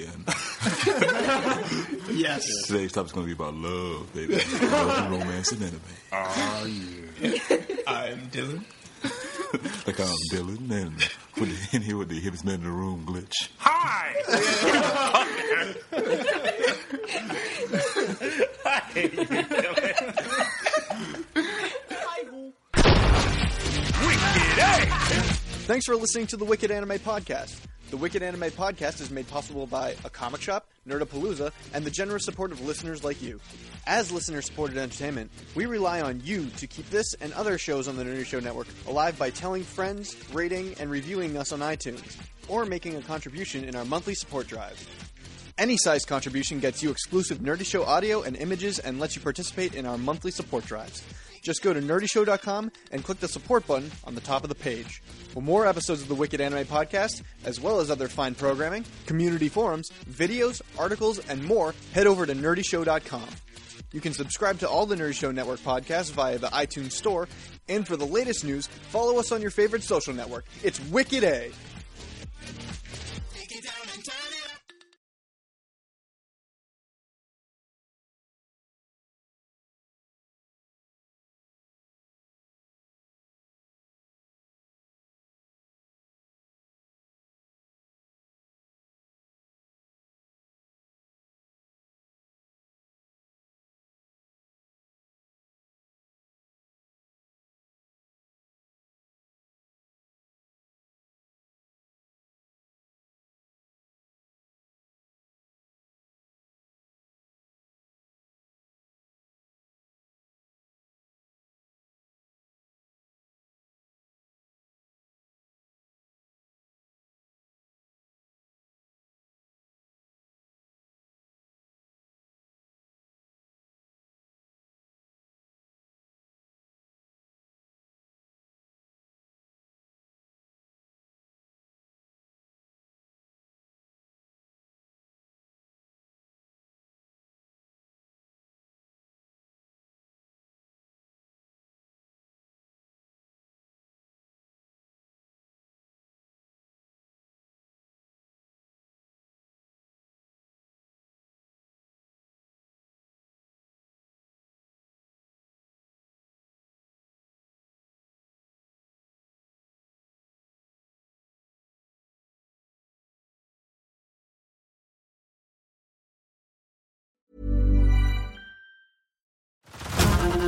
Speaker 6: Yes.
Speaker 4: today's topic's gonna be about love, baby. love and romance and anime. Oh yeah.
Speaker 6: I'm Dylan.
Speaker 4: <laughs> like I'm Dylan and with the, in here with the hippest man in the room glitch.
Speaker 3: Thanks for listening to the Wicked Anime Podcast. The Wicked Anime Podcast is made possible by a comic shop, Nerdapalooza, and the generous support of listeners like you. As listener supported entertainment, we rely on you to keep this and other shows on the Nerdy Show Network alive by telling friends, rating, and reviewing us on iTunes, or making a contribution in our monthly support drive. Any size contribution gets you exclusive Nerdy Show audio and images and lets you participate in our monthly support drives. Just go to nerdyshow.com and click the support button on the top of the page. For more episodes of the Wicked Anime Podcast, as well as other fine programming, community forums, videos, articles, and more, head over to nerdyshow.com. You can subscribe to all the Nerdy Show Network podcasts via the iTunes Store, and for the latest news, follow us on your favorite social network. It's Wicked A!